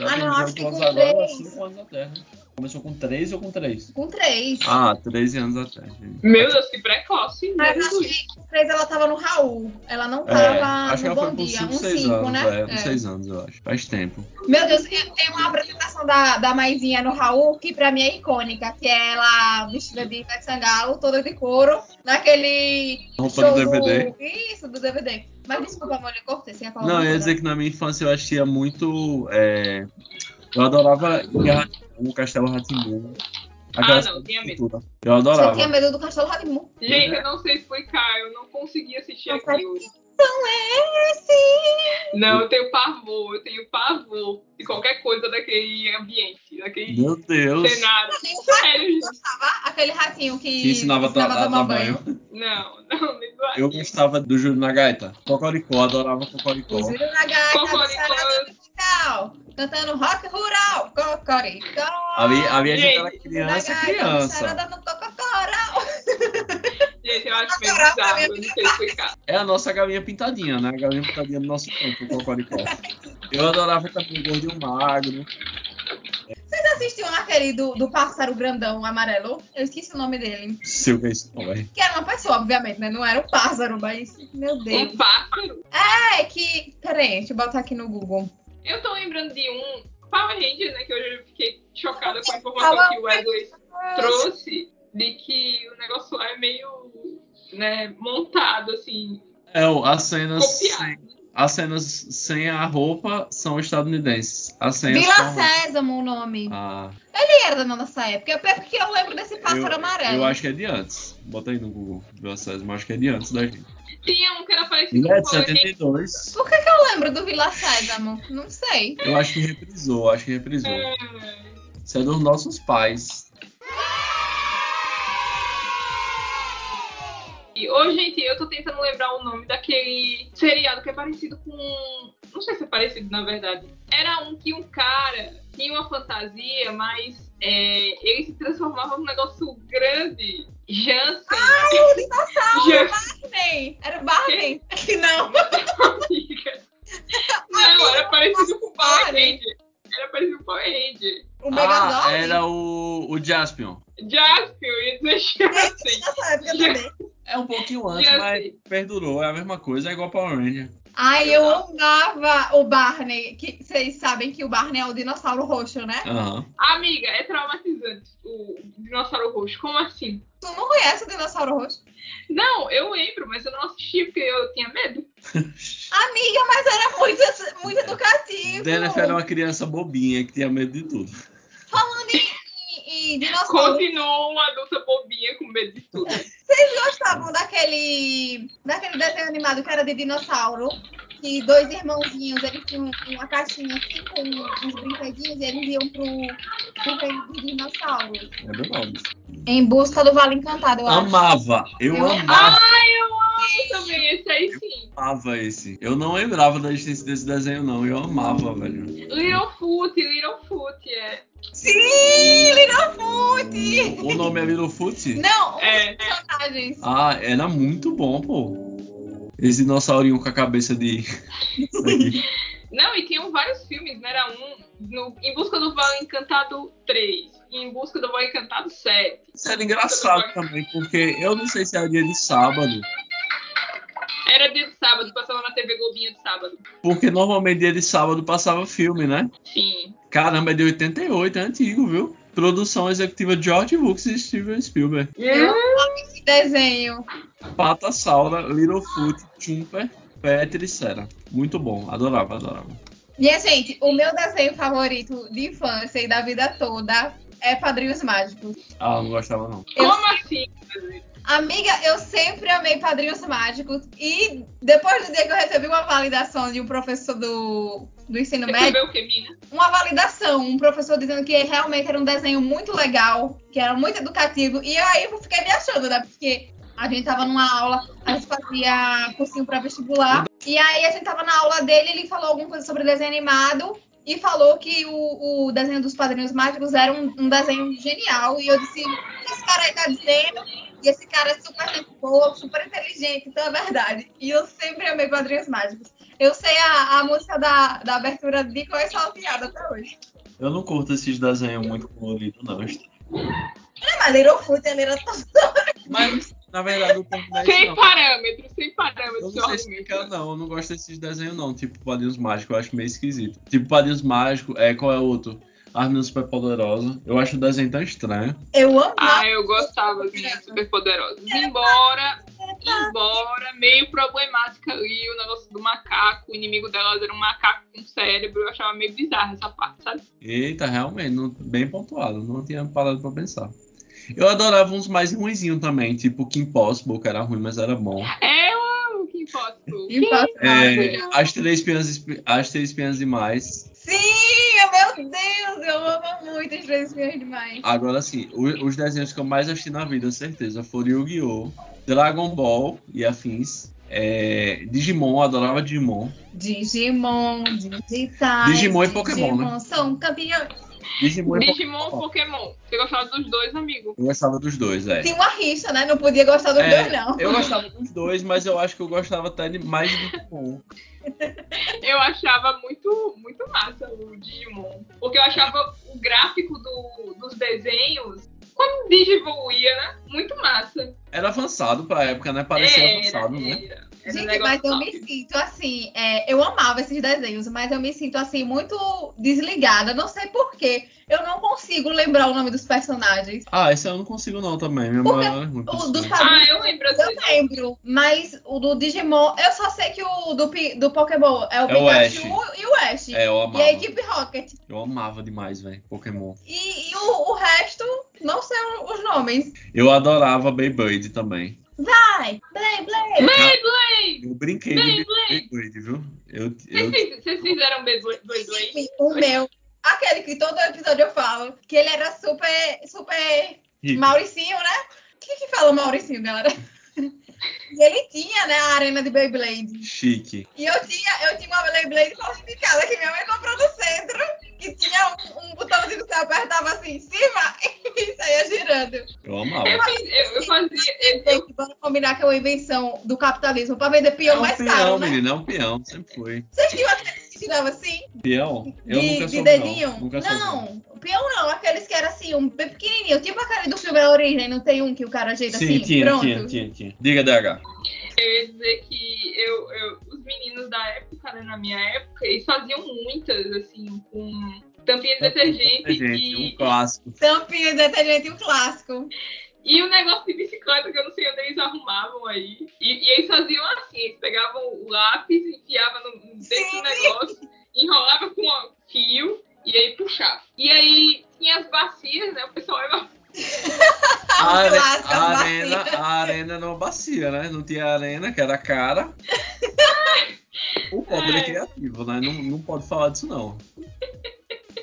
[SPEAKER 1] Ah, não, acho que com
[SPEAKER 3] agora,
[SPEAKER 1] três.
[SPEAKER 3] 5 anos atrás, né? Começou com 3 ou com 3?
[SPEAKER 1] com 3.
[SPEAKER 3] Ah, 13 anos atrás. gente.
[SPEAKER 2] Meu Deus, que precoce.
[SPEAKER 1] Mas acho
[SPEAKER 2] Jesus.
[SPEAKER 1] que com 3 ela tava no Raul. Ela não
[SPEAKER 3] É,
[SPEAKER 1] tava
[SPEAKER 3] acho que
[SPEAKER 1] no
[SPEAKER 3] ela
[SPEAKER 1] Bom
[SPEAKER 3] foi por
[SPEAKER 1] Dia.
[SPEAKER 3] 5,
[SPEAKER 1] Um
[SPEAKER 3] 6
[SPEAKER 1] 5,
[SPEAKER 3] anos,
[SPEAKER 1] né?
[SPEAKER 3] é, uns 6 anos, eu acho. Faz tempo.
[SPEAKER 1] Meu Deus, eu- tem uma apresentação da, da Maisinha no Raul que pra mim é icônica, que é ela vestida de Ivete Sangalo, toda de couro, naquele
[SPEAKER 3] Roupa
[SPEAKER 1] show
[SPEAKER 3] do DVD.
[SPEAKER 1] Isso, do DVD. Mas desculpa, amor, eu cortei, você ia falar
[SPEAKER 3] Não,
[SPEAKER 1] alguma
[SPEAKER 3] eu ia
[SPEAKER 1] coisa?
[SPEAKER 3] dizer que na minha infância eu assistia muito. é, Eu adorava Guerra- o Castelo Ratimbu.
[SPEAKER 2] Ah, não, tinha medo.
[SPEAKER 3] Eu
[SPEAKER 1] Você
[SPEAKER 3] adorava.
[SPEAKER 1] tinha medo do Castelo Radimu.
[SPEAKER 2] Gente, eu não sei explicar, eu não consegui assistir
[SPEAKER 1] Não
[SPEAKER 2] aquilo.
[SPEAKER 1] Então é esse!
[SPEAKER 2] Não, eu tenho pavor, eu tenho pavor de qualquer coisa daquele ambiente, daquele
[SPEAKER 3] Meu Deus.
[SPEAKER 2] cenário.
[SPEAKER 1] Tem um
[SPEAKER 2] Sério, gente.
[SPEAKER 1] Gostava aquele ratinho que,
[SPEAKER 3] Que ensinava a
[SPEAKER 1] ensinava
[SPEAKER 3] to- a tomar banho.
[SPEAKER 2] Não, não, nem do
[SPEAKER 3] Eu gostava do Júlio na Gaita. Cocoricó, adorava
[SPEAKER 1] O
[SPEAKER 3] Cocoricó.
[SPEAKER 1] Júlio Nagata,
[SPEAKER 2] Cocoricó.
[SPEAKER 1] do Sarada Musical, cantando rock rural, cocoricó.
[SPEAKER 3] A minha, a minha gente
[SPEAKER 2] Gente,
[SPEAKER 3] era
[SPEAKER 1] Júlio
[SPEAKER 3] criança,
[SPEAKER 1] Nagata, do
[SPEAKER 3] criança.
[SPEAKER 1] Sarada no cocoricó.
[SPEAKER 2] Gente, eu acho meio
[SPEAKER 1] Adorava
[SPEAKER 2] bizarro,
[SPEAKER 1] minha
[SPEAKER 2] eu não sei explicar.
[SPEAKER 3] É a nossa galinha pintadinha, né? A galinha pintadinha do nosso tempo, o Cocoricó. Eu adorava também o Gordinho Magro.
[SPEAKER 1] Vocês assistiam aquele do, do pássaro grandão amarelo? Eu esqueci o nome dele.
[SPEAKER 3] Seu que é isso, velho.
[SPEAKER 1] Que era uma pessoa, obviamente, né? Não era um pássaro, mas. Meu Deus.
[SPEAKER 3] Hum.
[SPEAKER 2] Um pássaro.
[SPEAKER 1] É que. Peraí, deixa eu botar aqui no Google.
[SPEAKER 2] Eu tô lembrando de um Power Ranger, né? Que hoje eu fiquei chocada com a
[SPEAKER 1] Power
[SPEAKER 2] informação que o Wesley
[SPEAKER 1] Rangers.
[SPEAKER 2] trouxe de que o negócio lá é meio né, montado, assim,
[SPEAKER 3] É, o- a cena,
[SPEAKER 2] copiado.
[SPEAKER 3] As cenas sem a roupa são estadunidenses. As cenas
[SPEAKER 1] Vila
[SPEAKER 3] com a roupa-
[SPEAKER 1] Sésamo o nome.
[SPEAKER 3] Ah,
[SPEAKER 1] Ele era da nossa época. É porque eu lembro desse pássaro
[SPEAKER 3] eu,
[SPEAKER 1] amarelo.
[SPEAKER 3] eu acho que é de antes. Bota aí no Google. Vila Sésamo, acho que é de antes da gente.
[SPEAKER 2] Tinha um que era parecido
[SPEAKER 3] Ele
[SPEAKER 2] com
[SPEAKER 3] é de
[SPEAKER 2] o Power
[SPEAKER 3] 72.
[SPEAKER 1] Por que, que eu lembro do Vila Sésamo? Não sei.
[SPEAKER 3] Eu acho que reprisou, acho que reprisou.
[SPEAKER 2] Ranger.
[SPEAKER 3] Isso é dos nossos pais.
[SPEAKER 2] E, Ô, gente, eu tô tentando lembrar o nome daquele seriado que é parecido com. Não sei se é parecido, na verdade. Era um que um cara tinha uma fantasia, mas é, ele se transformava num negócio grande. Jansen.
[SPEAKER 1] O dinossauro,
[SPEAKER 2] Já-
[SPEAKER 1] Ah, Barney. Era Barney? Que não.
[SPEAKER 2] amiga. Não, era parecido com o Power
[SPEAKER 1] Pare.
[SPEAKER 2] Ranger. Era parecido com o Power Ranger.
[SPEAKER 1] O
[SPEAKER 3] Ah,
[SPEAKER 1] Megazord.
[SPEAKER 3] era o, o Jaspion.
[SPEAKER 2] Jaspion, eu ia dizer Jansen.
[SPEAKER 1] Nessa época também.
[SPEAKER 3] É um pouquinho antes,
[SPEAKER 2] Jaspion.
[SPEAKER 3] mas perdurou. É a mesma coisa, é igual Power Ranger.
[SPEAKER 1] Ai, eu amava o Barney. Que vocês sabem que o Barney é o dinossauro roxo, né?
[SPEAKER 3] Aham.
[SPEAKER 2] Amiga, é traumatizante o dinossauro roxo. Como assim?
[SPEAKER 1] Tu não conhece o dinossauro roxo?
[SPEAKER 2] Não, eu lembro, mas eu não assisti porque eu tinha medo.
[SPEAKER 1] Amiga, mas era muito, muito educativo.
[SPEAKER 3] Jennifer era é uma criança bobinha que tinha medo de tudo.
[SPEAKER 1] Falando em, em, em dinossauro,
[SPEAKER 2] Continuou uma adulta bobinha com medo de tudo.
[SPEAKER 1] vocês gostavam daquele, daquele desenho animado que era de dinossauro? Que dois irmãozinhos, eles tinham uma caixinha assim com uns brinquedinhos e eles iam pro brinquedo de dinossauros.
[SPEAKER 3] É verdade.
[SPEAKER 1] Em busca do Vale Encantado, eu acho.
[SPEAKER 3] Amava. Eu
[SPEAKER 1] Eu-
[SPEAKER 3] amava,
[SPEAKER 2] Ai, eu amo também esse aí sim.
[SPEAKER 3] amava esse. Eu não lembrava da existência desse desenho, não. Eu amava, velho.
[SPEAKER 2] Littlefoot, Littlefoot, é.
[SPEAKER 1] Sim, Littlefoot!
[SPEAKER 3] O nome é Little Foot?
[SPEAKER 1] Não, um
[SPEAKER 2] É.
[SPEAKER 1] os personagens.
[SPEAKER 3] Ah, era muito bom, pô. Esse dinossaurinho com a cabeça de.
[SPEAKER 2] Não, e tinham vários filmes, né? Era um no, Em Busca do Vale Encantado 3, e Em Busca do Vale Encantado 7.
[SPEAKER 3] Isso era engraçado também, porque eu não sei se era dia de sábado,
[SPEAKER 2] Era dia de sábado, passava na TV Globinho de sábado.
[SPEAKER 3] porque normalmente dia de sábado passava filme, né?
[SPEAKER 2] Sim.
[SPEAKER 3] Caramba, é de 88, é antigo, viu? Produção executiva de George Lucas e Steven Spielberg.
[SPEAKER 1] Eu amo esse desenho.
[SPEAKER 3] Pata Saura, Littlefoot, Chumper, Petri e Sera. Muito bom, adorava, adorava.
[SPEAKER 1] Minha gente, o meu desenho favorito de infância e da vida toda é Padrinhos Mágicos.
[SPEAKER 3] Ah, não gostava não.
[SPEAKER 1] Eu-
[SPEAKER 2] Como assim?
[SPEAKER 1] Amiga, eu sempre amei Padrinhos Mágicos e depois do dia que eu recebi uma validação de um professor do, do ensino
[SPEAKER 2] Você
[SPEAKER 1] médio,
[SPEAKER 2] sabe o que, mina?
[SPEAKER 1] uma validação, um professor dizendo que realmente era um desenho muito legal, que era muito educativo, e aí eu fiquei me achando, né? Porque a gente tava numa aula, a gente fazia cursinho pra vestibular, e aí a gente tava na aula dele, ele falou alguma coisa sobre desenho animado, e falou que o, o desenho dos Padrinhos Mágicos era um, um desenho genial, e eu disse, o que esse cara aí tá dizendo? E esse cara é super gente boa, super inteligente, então é verdade. E eu sempre amei Padrinhos Mágicos. Eu sei a, a música da, da abertura de Qual é sua piada até hoje.
[SPEAKER 3] Eu não curto esses desenhos muito coloridos, não.
[SPEAKER 1] É, mas Little Foot, tá- ele era todo...
[SPEAKER 3] Mas, na verdade, eu tenho
[SPEAKER 2] Sem
[SPEAKER 3] não.
[SPEAKER 2] parâmetros, sem
[SPEAKER 3] Eu
[SPEAKER 2] parâmetros.
[SPEAKER 3] não sei explicar, não. Eu não gosto desses desenhos, não. Tipo Padrinhos Mágicos, eu acho meio esquisito. Tipo Padrinhos Mágicos, é, qual é o outro? Armin Super Poderosa. Eu acho o desenho tão estranho.
[SPEAKER 1] Eu amava.
[SPEAKER 2] Ah, eu gostava das meninas superpoderosas. Embora,
[SPEAKER 1] é
[SPEAKER 2] embora, meio problemática ali o negócio do macaco. O inimigo delas era um macaco com cérebro. Eu achava meio bizarro essa parte, sabe?
[SPEAKER 3] Eita, realmente, não- bem pontuado. Não tinha parado pra pensar. Eu adorava uns mais ruinzinhos também, tipo Kim Possible, que era ruim, mas era bom.
[SPEAKER 2] É, eu amo o Kim Possible.
[SPEAKER 1] Ah,
[SPEAKER 3] É,
[SPEAKER 1] Impossível.
[SPEAKER 3] as três Espiãs, as três Espiãs demais.
[SPEAKER 1] Sim, meu Deus, eu amo muito os três filhos demais.
[SPEAKER 3] Agora sim, o- os desenhos que eu mais assisti na vida, certeza, foram Yu-Gi-Oh!, Dragon Ball e afins. É, Digimon, eu adorava Digimon.
[SPEAKER 1] Digimon, Digitais.
[SPEAKER 3] Digimon e Pokémon, né?
[SPEAKER 1] Digimon são campeões.
[SPEAKER 3] Digimon e
[SPEAKER 2] Digimon ou Pokémon? Você gostava dos dois, amigo?
[SPEAKER 3] Eu gostava dos dois, é.
[SPEAKER 1] Tem uma rixa, né? Não podia gostar dos
[SPEAKER 3] É.
[SPEAKER 1] dois, não.
[SPEAKER 3] Eu gostava dos dois, mas eu acho que eu gostava até de- mais de Digimon.
[SPEAKER 2] Eu achava muito, muito massa o Digimon. Porque eu achava o gráfico do- dos desenhos, quando o Digi evoluía, né? Muito massa.
[SPEAKER 3] Era avançado pra época, né? Parecia avançado, né?
[SPEAKER 2] era, Esse
[SPEAKER 1] Gente,
[SPEAKER 2] negócio
[SPEAKER 1] mas eu
[SPEAKER 2] tá.
[SPEAKER 1] me sinto assim, é, eu amava esses desenhos, mas eu me sinto assim muito desligada, não sei porquê. Eu não consigo lembrar o nome dos personagens.
[SPEAKER 3] Ah, esse eu não consigo não também. Minha
[SPEAKER 1] Porque
[SPEAKER 3] memória é ruim. pra
[SPEAKER 1] o
[SPEAKER 3] isso.
[SPEAKER 1] do Fabrício
[SPEAKER 2] Ah, eu lembro assim.
[SPEAKER 1] Eu lembro, mas o do Digimon, eu só sei que o do, Pi- do Pokémon é o
[SPEAKER 3] É o
[SPEAKER 1] Pikachu e o Ash.
[SPEAKER 3] É, eu
[SPEAKER 1] e
[SPEAKER 3] amava.
[SPEAKER 1] a equipe Rocket.
[SPEAKER 3] Eu amava demais, velho, Pokémon.
[SPEAKER 1] E, e o, o resto, não sei o- os nomes.
[SPEAKER 3] Eu adorava Beyblade também.
[SPEAKER 1] Ai, Blay, Blay.
[SPEAKER 2] Beyblade!
[SPEAKER 3] Eu brinquei de
[SPEAKER 2] Beyblade!
[SPEAKER 3] Beyblade, viu? Eu, eu...
[SPEAKER 2] Vocês fiz- vocês fizeram Beyblade?
[SPEAKER 1] Enfim, o meu. Aquele que todo episódio eu falo, que ele era super, super
[SPEAKER 3] Rico.
[SPEAKER 1] Mauricinho, né? O que que fala Mauricinho, galera? E ele tinha, né, a arena de Beyblade.
[SPEAKER 3] Chique.
[SPEAKER 1] E eu tinha, eu tinha uma Beyblade falsificada que minha mãe comprou no centro, que tinha um, um botãozinho que você apertava assim em cima e saía girando.
[SPEAKER 3] Eu
[SPEAKER 2] Eu,
[SPEAKER 3] amava.
[SPEAKER 2] fiz- eu, eu fazia. eu-
[SPEAKER 1] Tem que vamos combinar que é uma invenção do capitalismo pra vender
[SPEAKER 3] É
[SPEAKER 1] peão
[SPEAKER 3] um
[SPEAKER 1] mais
[SPEAKER 3] peão,
[SPEAKER 1] caro, né?
[SPEAKER 3] menina, é um peão, sempre foi.
[SPEAKER 1] Vocês tinham aqueles que giravam assim?
[SPEAKER 3] Peão? Eu
[SPEAKER 1] de,
[SPEAKER 3] nunca
[SPEAKER 1] de
[SPEAKER 3] soube,
[SPEAKER 1] dedinho?
[SPEAKER 3] não. Nunca soube.
[SPEAKER 1] não, peão não, aqueles que era assim, um bem pequenininho. Tipo aquele do filme A Origem, não tem um que o cara ajeita
[SPEAKER 3] Sim,
[SPEAKER 1] assim?
[SPEAKER 3] tinha,
[SPEAKER 1] Pronto.
[SPEAKER 3] tinha, tinha, tinha. Diga, DH.
[SPEAKER 2] Eu ia dizer que eu, eu- os meninos da época, né, na minha época, eles faziam muitas, assim, com tampinha de detergente
[SPEAKER 3] Gente, um
[SPEAKER 2] e,
[SPEAKER 3] clássico.
[SPEAKER 1] Tampinha de detergente, um clássico.
[SPEAKER 2] e o negócio de bicicleta que eu não sei onde eles arrumavam aí. E, e eles faziam assim, eles pegavam o lápis, enfiavam no, no- dentro
[SPEAKER 1] Sim.
[SPEAKER 2] do negócio, enrolava com um fio e aí puxava. E aí tinha as bacias, né? O pessoal ia
[SPEAKER 1] Um
[SPEAKER 3] Are-
[SPEAKER 1] clássico,
[SPEAKER 3] a
[SPEAKER 1] uma
[SPEAKER 3] arena,
[SPEAKER 1] bacia.
[SPEAKER 3] a arena era uma bacia, né? Não tinha arena, que era cara. O pobre é criativo, né? Não, não pode falar disso, não.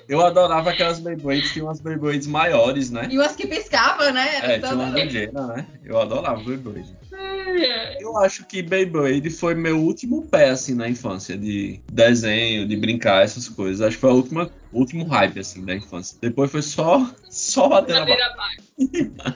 [SPEAKER 3] Eu adorava aquelas Beyblades, tinha umas Beyblades maiores, né?
[SPEAKER 1] E umas que piscavam, né? Era
[SPEAKER 3] É, tinha
[SPEAKER 1] toda-
[SPEAKER 3] umas doideiras, né? Eu adorava Beyblade.
[SPEAKER 2] É,
[SPEAKER 3] Eu acho que Beyblade foi meu último pé, assim, na infância, de desenho, de brincar, essas coisas. Acho que foi o último, último hype, assim, da infância. Depois foi só, só bater na
[SPEAKER 2] cadeira baixa.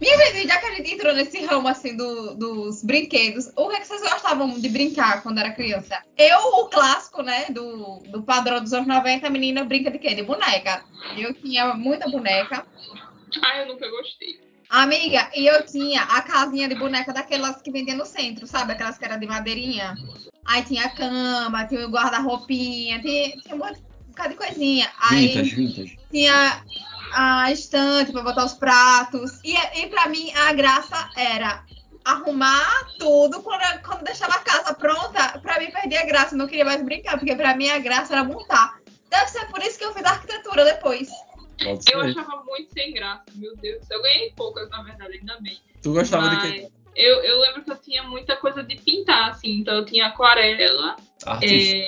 [SPEAKER 1] Minha gente, já que a gente entrou nesse ramo assim do- dos brinquedos, o que, é que vocês gostavam de brincar quando era criança? Eu, o clássico, né, do, do padrão dos anos 90, a menina brinca de quê? De boneca. Eu tinha muita boneca.
[SPEAKER 2] Ah, eu nunca gostei.
[SPEAKER 1] Amiga, e eu tinha a casinha de boneca daquelas que vendia no centro, sabe? Aquelas que eram de madeirinha. Aí tinha a cama, tinha o guarda-roupinha, tinha, tinha um monte- um bocado de coisinha. Aí
[SPEAKER 3] Vintage, vintage.
[SPEAKER 1] tinha a estante para botar os pratos. E, e para mim, a graça era arrumar tudo. Quando, eu- quando deixava a casa pronta, para mim perdia a graça. Eu não queria mais brincar, porque para mim a graça era montar. Deve ser por isso que eu fiz arquitetura depois.
[SPEAKER 3] Pode
[SPEAKER 2] Eu
[SPEAKER 3] ser.
[SPEAKER 2] achava muito sem graça, meu Deus. do céu. Eu ganhei poucas, na verdade, ainda bem.
[SPEAKER 3] Tu gostava de quê?
[SPEAKER 2] Mas eu, eu lembro que eu tinha muita coisa de pintar, assim. Então eu tinha aquarela,
[SPEAKER 3] Artista.
[SPEAKER 2] é,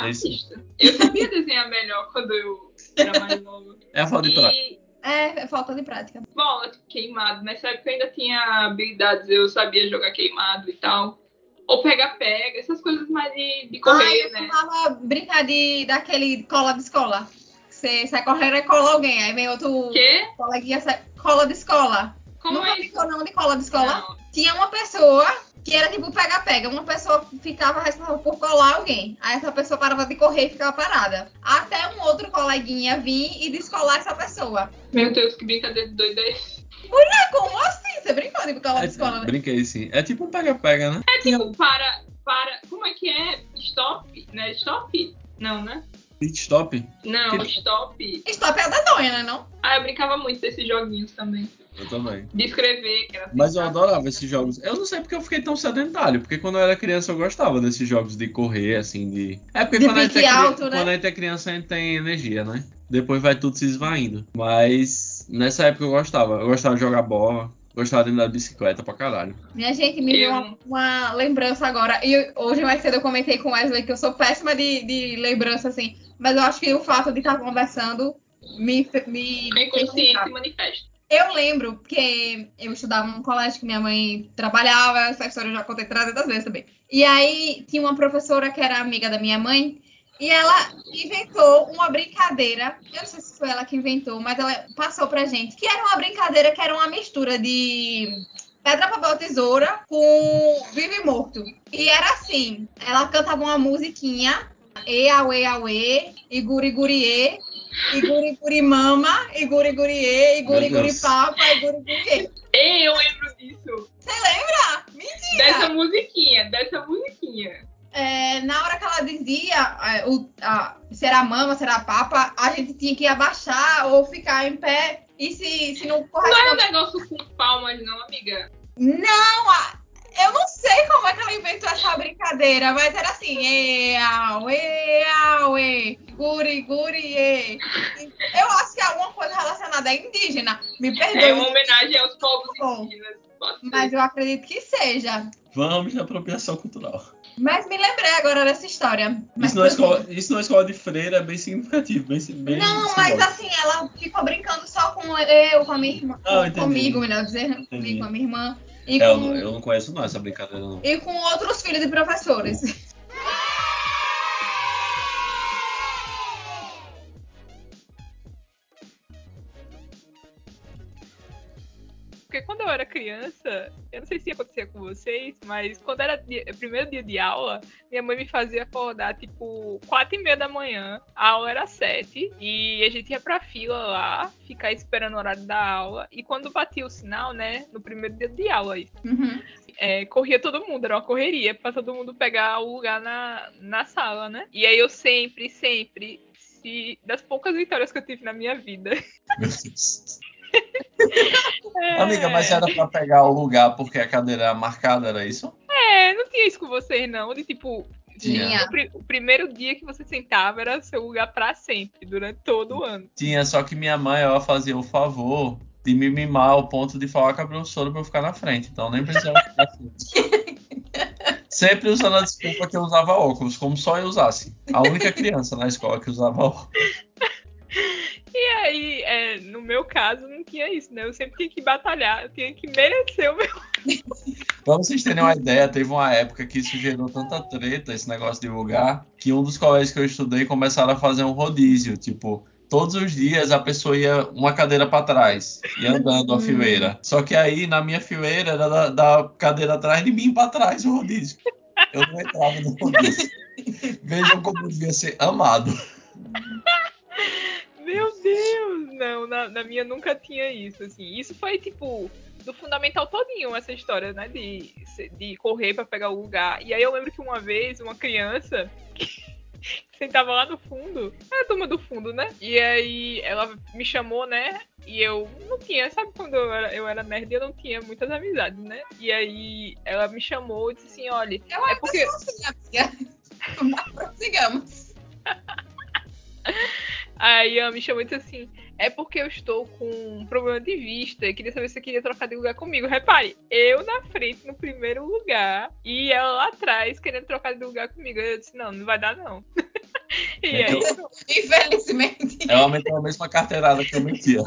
[SPEAKER 3] É isso.
[SPEAKER 2] artista. Eu sabia desenhar melhor quando eu era mais nova.
[SPEAKER 3] É, a falta de prática.
[SPEAKER 2] E
[SPEAKER 1] É, é falta de prática.
[SPEAKER 2] bola queimado. Nessa época eu ainda tinha habilidades, eu sabia jogar queimado e tal. Ou pega-pega, essas coisas mais de, de correr,
[SPEAKER 1] Ai, eu
[SPEAKER 2] né?
[SPEAKER 1] amava brincar de, daquele cola de escola. Você sai correndo e cola alguém. Aí vem outro
[SPEAKER 2] Quê?
[SPEAKER 1] coleguinha, sai, cola de escola.
[SPEAKER 2] Como
[SPEAKER 1] Nunca
[SPEAKER 2] é isso?
[SPEAKER 1] brincou não de cola de escola?
[SPEAKER 2] Não.
[SPEAKER 1] tinha uma pessoa que era tipo pega-pega. Uma pessoa ficava responsável por colar alguém. Aí essa pessoa parava de correr e ficava parada. Até um outro coleguinha vir e descolar essa pessoa.
[SPEAKER 2] Meu Deus, que brincadeira de doida é essa?
[SPEAKER 1] É como assim? Você brincou de colar
[SPEAKER 3] É,
[SPEAKER 1] de escola, né?
[SPEAKER 3] Brinquei sim. É tipo um pega-pega, né?
[SPEAKER 2] É tipo, para, para. Como é que é? Stop? Né? Stop? Não, né?
[SPEAKER 3] Pit stop.
[SPEAKER 2] Não,
[SPEAKER 3] Que-
[SPEAKER 2] stop.
[SPEAKER 1] Stop é da Donha, né? Não?
[SPEAKER 2] Ah, eu brincava muito desses joguinhos também.
[SPEAKER 3] Eu também.
[SPEAKER 2] De escrever, que era assim,
[SPEAKER 3] Mas eu
[SPEAKER 2] tá?
[SPEAKER 3] adorava esses jogos. Eu não sei porque eu fiquei tão sedentário, porque quando eu era criança eu gostava desses jogos de correr, assim, de. É porque
[SPEAKER 1] De
[SPEAKER 3] quando, a gente é
[SPEAKER 1] pique
[SPEAKER 3] cri-
[SPEAKER 1] alto, né?
[SPEAKER 3] quando a gente é criança a gente tem energia, né? Depois vai tudo se esvaindo. Mas nessa época eu gostava. Eu gostava de jogar bola, gostava de andar de bicicleta pra caralho.
[SPEAKER 1] Minha gente, me deu
[SPEAKER 2] Eu-
[SPEAKER 1] uma, uma lembrança agora. E hoje mais cedo eu comentei com o Wesley que eu sou péssima de, de lembrança, assim. Mas eu acho que o fato de estar conversando me. me
[SPEAKER 2] O inconsciente manifesta.
[SPEAKER 1] Eu lembro que eu estudava num colégio que minha mãe trabalhava, essa história eu já contei 300 vezes também. E aí tinha uma professora que era amiga da minha mãe, e ela inventou uma brincadeira. Eu não sei se foi ela que inventou, mas ela passou pra gente, que era uma brincadeira que era uma mistura de pedra, papel, tesoura com vivo e morto. E era assim, ela cantava uma musiquinha, e aue aue, e guri guri e, e guri guri mama, e guri guri e, e guri
[SPEAKER 3] Meu
[SPEAKER 1] guri
[SPEAKER 3] Deus.
[SPEAKER 1] papa, e guri guri e.
[SPEAKER 2] Ei, eu lembro disso.
[SPEAKER 1] Você lembra? Mentira!
[SPEAKER 2] Dessa musiquinha, dessa musiquinha.
[SPEAKER 1] É, na hora que ela dizia é, o, a, se era mama, se era papa, a gente tinha que abaixar ou ficar em pé. E se, se não
[SPEAKER 2] Não era um
[SPEAKER 1] corresponde.
[SPEAKER 2] negócio com palmas, não, amiga.
[SPEAKER 1] Não, a- eu não sei como é que ela inventou essa brincadeira, mas era assim: e au, e au, e, guri, guri, e. Eu acho que é alguma coisa relacionada à indígena. Me perdoe.
[SPEAKER 2] É uma homenagem aos povos
[SPEAKER 1] Bom,
[SPEAKER 2] indígenas. Pode ser.
[SPEAKER 1] Mas eu acredito que seja.
[SPEAKER 3] Vamos na apropriação cultural.
[SPEAKER 1] Mas me lembrei agora dessa história. Mas
[SPEAKER 3] Isso é na,
[SPEAKER 1] tudo bem.
[SPEAKER 3] escola, isso na escola de freira é bem significativo, bem, bem
[SPEAKER 1] Não, mas
[SPEAKER 3] simbólico.
[SPEAKER 1] assim, ela ficou brincando só com eu, com a minha irmã.
[SPEAKER 3] Ah, eu entendi.
[SPEAKER 1] comigo, melhor dizer, né? comigo, com a minha irmã. E,
[SPEAKER 3] É,
[SPEAKER 1] com,
[SPEAKER 3] eu, eu não conheço não essa brincadeira, não.
[SPEAKER 1] e com outros filhos de professores.
[SPEAKER 2] Porque quando eu era criança, eu não sei se acontecia com vocês, mas quando era dia- primeiro dia de aula, minha mãe me fazia acordar tipo quatro e meia da manhã, a aula era sete, e a gente ia pra fila lá, ficar esperando o horário da aula, e quando batia o sinal, né, no primeiro dia de aula, isso,
[SPEAKER 1] Uhum.
[SPEAKER 2] é, corria todo mundo, era uma correria pra todo mundo pegar o lugar na, na sala, né? E aí eu sempre, sempre, se, das poucas vitórias que eu tive na minha vida.
[SPEAKER 1] É.
[SPEAKER 3] Amiga, mas
[SPEAKER 2] é-
[SPEAKER 3] era pra pegar o lugar porque a cadeira era marcada, era isso?
[SPEAKER 2] É, não tinha isso com vocês, não. De tipo,
[SPEAKER 3] Tinha.
[SPEAKER 1] Tinha.
[SPEAKER 2] o, pri- o primeiro dia que você sentava era seu lugar pra sempre, durante todo o ano.
[SPEAKER 3] Tinha, só que minha mãe, ela fazia o favor de me mimar ao ponto de falar com a professora pra eu ficar na frente. Então nem precisava ficar na frente. Sempre usando a desculpa que eu usava óculos, como só eu usasse. A única criança na escola que usava óculos.
[SPEAKER 2] E aí, é, no meu caso, não tinha isso, né? Eu sempre tinha que batalhar, eu tinha que merecer o meu.
[SPEAKER 3] Pra vocês terem uma ideia, teve uma época que isso gerou tanta treta, esse negócio de lugar, que um dos colégios que eu estudei começaram a fazer um rodízio. Tipo, todos os dias a pessoa ia uma cadeira pra trás, ia andando a
[SPEAKER 1] Hum.
[SPEAKER 3] fileira. Só que aí, na minha fileira, era da, da cadeira atrás de mim pra trás o rodízio. Eu não entrava no rodízio. Vejam como devia ser amado.
[SPEAKER 2] Meu Deus! Não, na, na minha nunca tinha isso, assim. Isso foi, tipo, do fundamental todinho, essa história, né? De, se- de correr pra pegar o lugar. E aí eu lembro que uma vez, uma criança que sentava lá no fundo, era a turma do fundo, né? E aí ela me chamou, né? E eu não tinha, sabe quando eu era, eu era nerd, eu não tinha muitas amizades, né? E aí ela me chamou e disse assim, olha,
[SPEAKER 1] Eu acho
[SPEAKER 2] porque-
[SPEAKER 1] que eu sou assim, amiga. Mas prossigamos.
[SPEAKER 2] Aí ela me chamou e disse assim: É porque eu estou com um problema de vista. e Queria saber se você queria trocar de lugar comigo. Repare, eu na frente, no primeiro lugar, e ela lá atrás querendo trocar de lugar comigo. Eu disse: Não, não vai dar não. e aí,
[SPEAKER 1] Infelizmente.
[SPEAKER 3] Ela meteu a mesma carteirada que eu metia.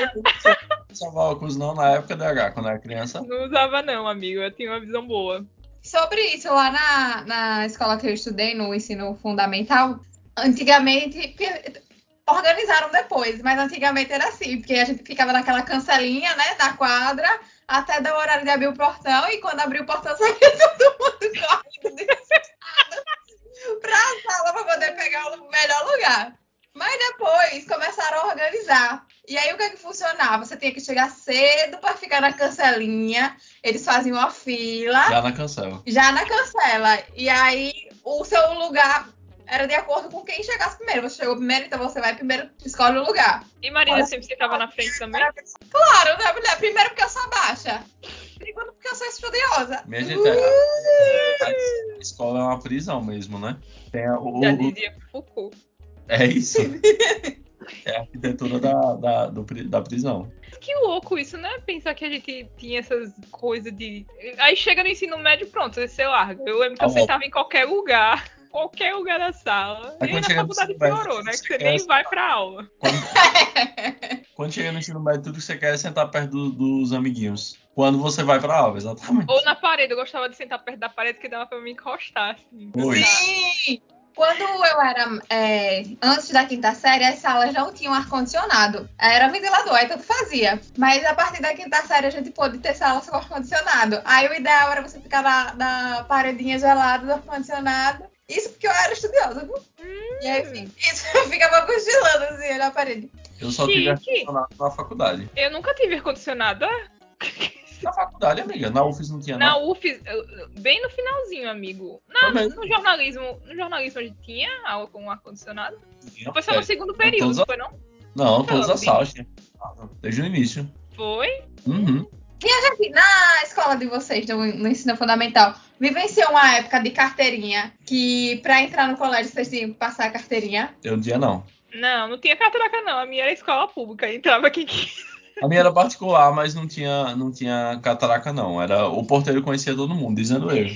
[SPEAKER 3] Eu não usava óculos não na época DH, quando eu era criança.
[SPEAKER 2] não usava não, amigo. Eu tinha uma visão boa.
[SPEAKER 1] Sobre isso, lá na, na escola que eu estudei, no ensino fundamental, antigamente, porque organizaram depois, mas antigamente era assim, porque a gente ficava naquela cancelinha, né, da quadra, até dar o horário de abrir o portão, e quando abriu o portão, saía todo mundo correndo desesperado pra sala pra poder pegar o melhor lugar. Mas depois começaram a organizar. E aí o que é que funcionava? Você tinha que chegar cedo para ficar na cancelinha, eles faziam a fila
[SPEAKER 3] Já na cancela.
[SPEAKER 1] já na cancela. E aí o seu lugar era de acordo com quem chegasse primeiro. Você chegou primeiro, então você vai primeiro, escolhe o lugar.
[SPEAKER 2] E Marina
[SPEAKER 1] Olha,
[SPEAKER 2] sempre sentava na frente também?
[SPEAKER 1] Claro, né, mulher? Primeiro porque eu sou baixa. Segundo porque eu sou estudiosa.
[SPEAKER 3] Minha
[SPEAKER 1] Uh!
[SPEAKER 3] gente, é, a, a escola é uma prisão mesmo, né? Tem a- o-
[SPEAKER 2] Já
[SPEAKER 3] o-
[SPEAKER 2] dizia Foucault.
[SPEAKER 3] é isso. É a arquitetura da, da, do pri- da prisão.
[SPEAKER 2] Que louco isso, né? Pensar que a gente tinha essas coisas de. Aí chega no ensino médio, pronto, você larga. Eu lembro que eu
[SPEAKER 3] Amor.
[SPEAKER 2] sentava em qualquer lugar, qualquer lugar da sala. e
[SPEAKER 3] Aí
[SPEAKER 2] aí
[SPEAKER 3] quando
[SPEAKER 2] na
[SPEAKER 3] chega no
[SPEAKER 2] faculdade
[SPEAKER 3] ensino médio,
[SPEAKER 2] piorou, né? Que
[SPEAKER 3] você
[SPEAKER 2] você
[SPEAKER 3] quer
[SPEAKER 2] nem
[SPEAKER 3] essa-
[SPEAKER 2] vai pra aula.
[SPEAKER 3] Quando, quando chega no ensino médio, tudo que você quer é sentar perto do- dos amiguinhos. Quando você vai pra aula, exatamente.
[SPEAKER 2] Ou na parede, eu gostava de sentar perto da parede que dava pra eu me encostar. Assim,
[SPEAKER 3] Oi.
[SPEAKER 1] Sim! Quando eu era é, antes da quinta série, as salas não tinham ar-condicionado. Era ventilador, aí tudo fazia. Mas a partir da quinta série a gente pôde ter salas com ar-condicionado. Aí o ideal era você ficar na, na paredinha gelada do ar-condicionado. Isso porque eu era estudiosa, viu? E aí, enfim, isso eu ficava cochilando assim na parede.
[SPEAKER 3] Eu só tive Tá ar-condicionado na faculdade.
[SPEAKER 2] Eu nunca tive ar-condicionado.
[SPEAKER 3] Na faculdade, amiga. Na UFES não tinha
[SPEAKER 2] Na
[SPEAKER 3] nada.
[SPEAKER 2] UF, bem no finalzinho, amigo. Na-
[SPEAKER 3] Também.
[SPEAKER 2] no jornalismo, no jornalismo a gente tinha aula com ar-condicionado.
[SPEAKER 3] Tinha,
[SPEAKER 2] Foi só no
[SPEAKER 3] é.
[SPEAKER 2] segundo
[SPEAKER 3] Então,
[SPEAKER 2] período,
[SPEAKER 3] só-
[SPEAKER 2] não foi não?
[SPEAKER 3] Não, todas
[SPEAKER 2] Não,
[SPEAKER 3] as salas tinha. Desde o início.
[SPEAKER 2] Foi?
[SPEAKER 3] Uhum.
[SPEAKER 1] Aqui, na escola de vocês, do- no ensino fundamental, vivenciou uma época de carteirinha que, pra entrar no colégio, vocês tinham que passar a carteirinha.
[SPEAKER 3] Eu não tinha, não.
[SPEAKER 2] Não, não tinha catraca não. A minha era escola pública, entrava quem quis.
[SPEAKER 3] A minha era particular, mas não tinha, não tinha cataraca, não. Era o porteiro conhecia todo mundo, dizendo eu.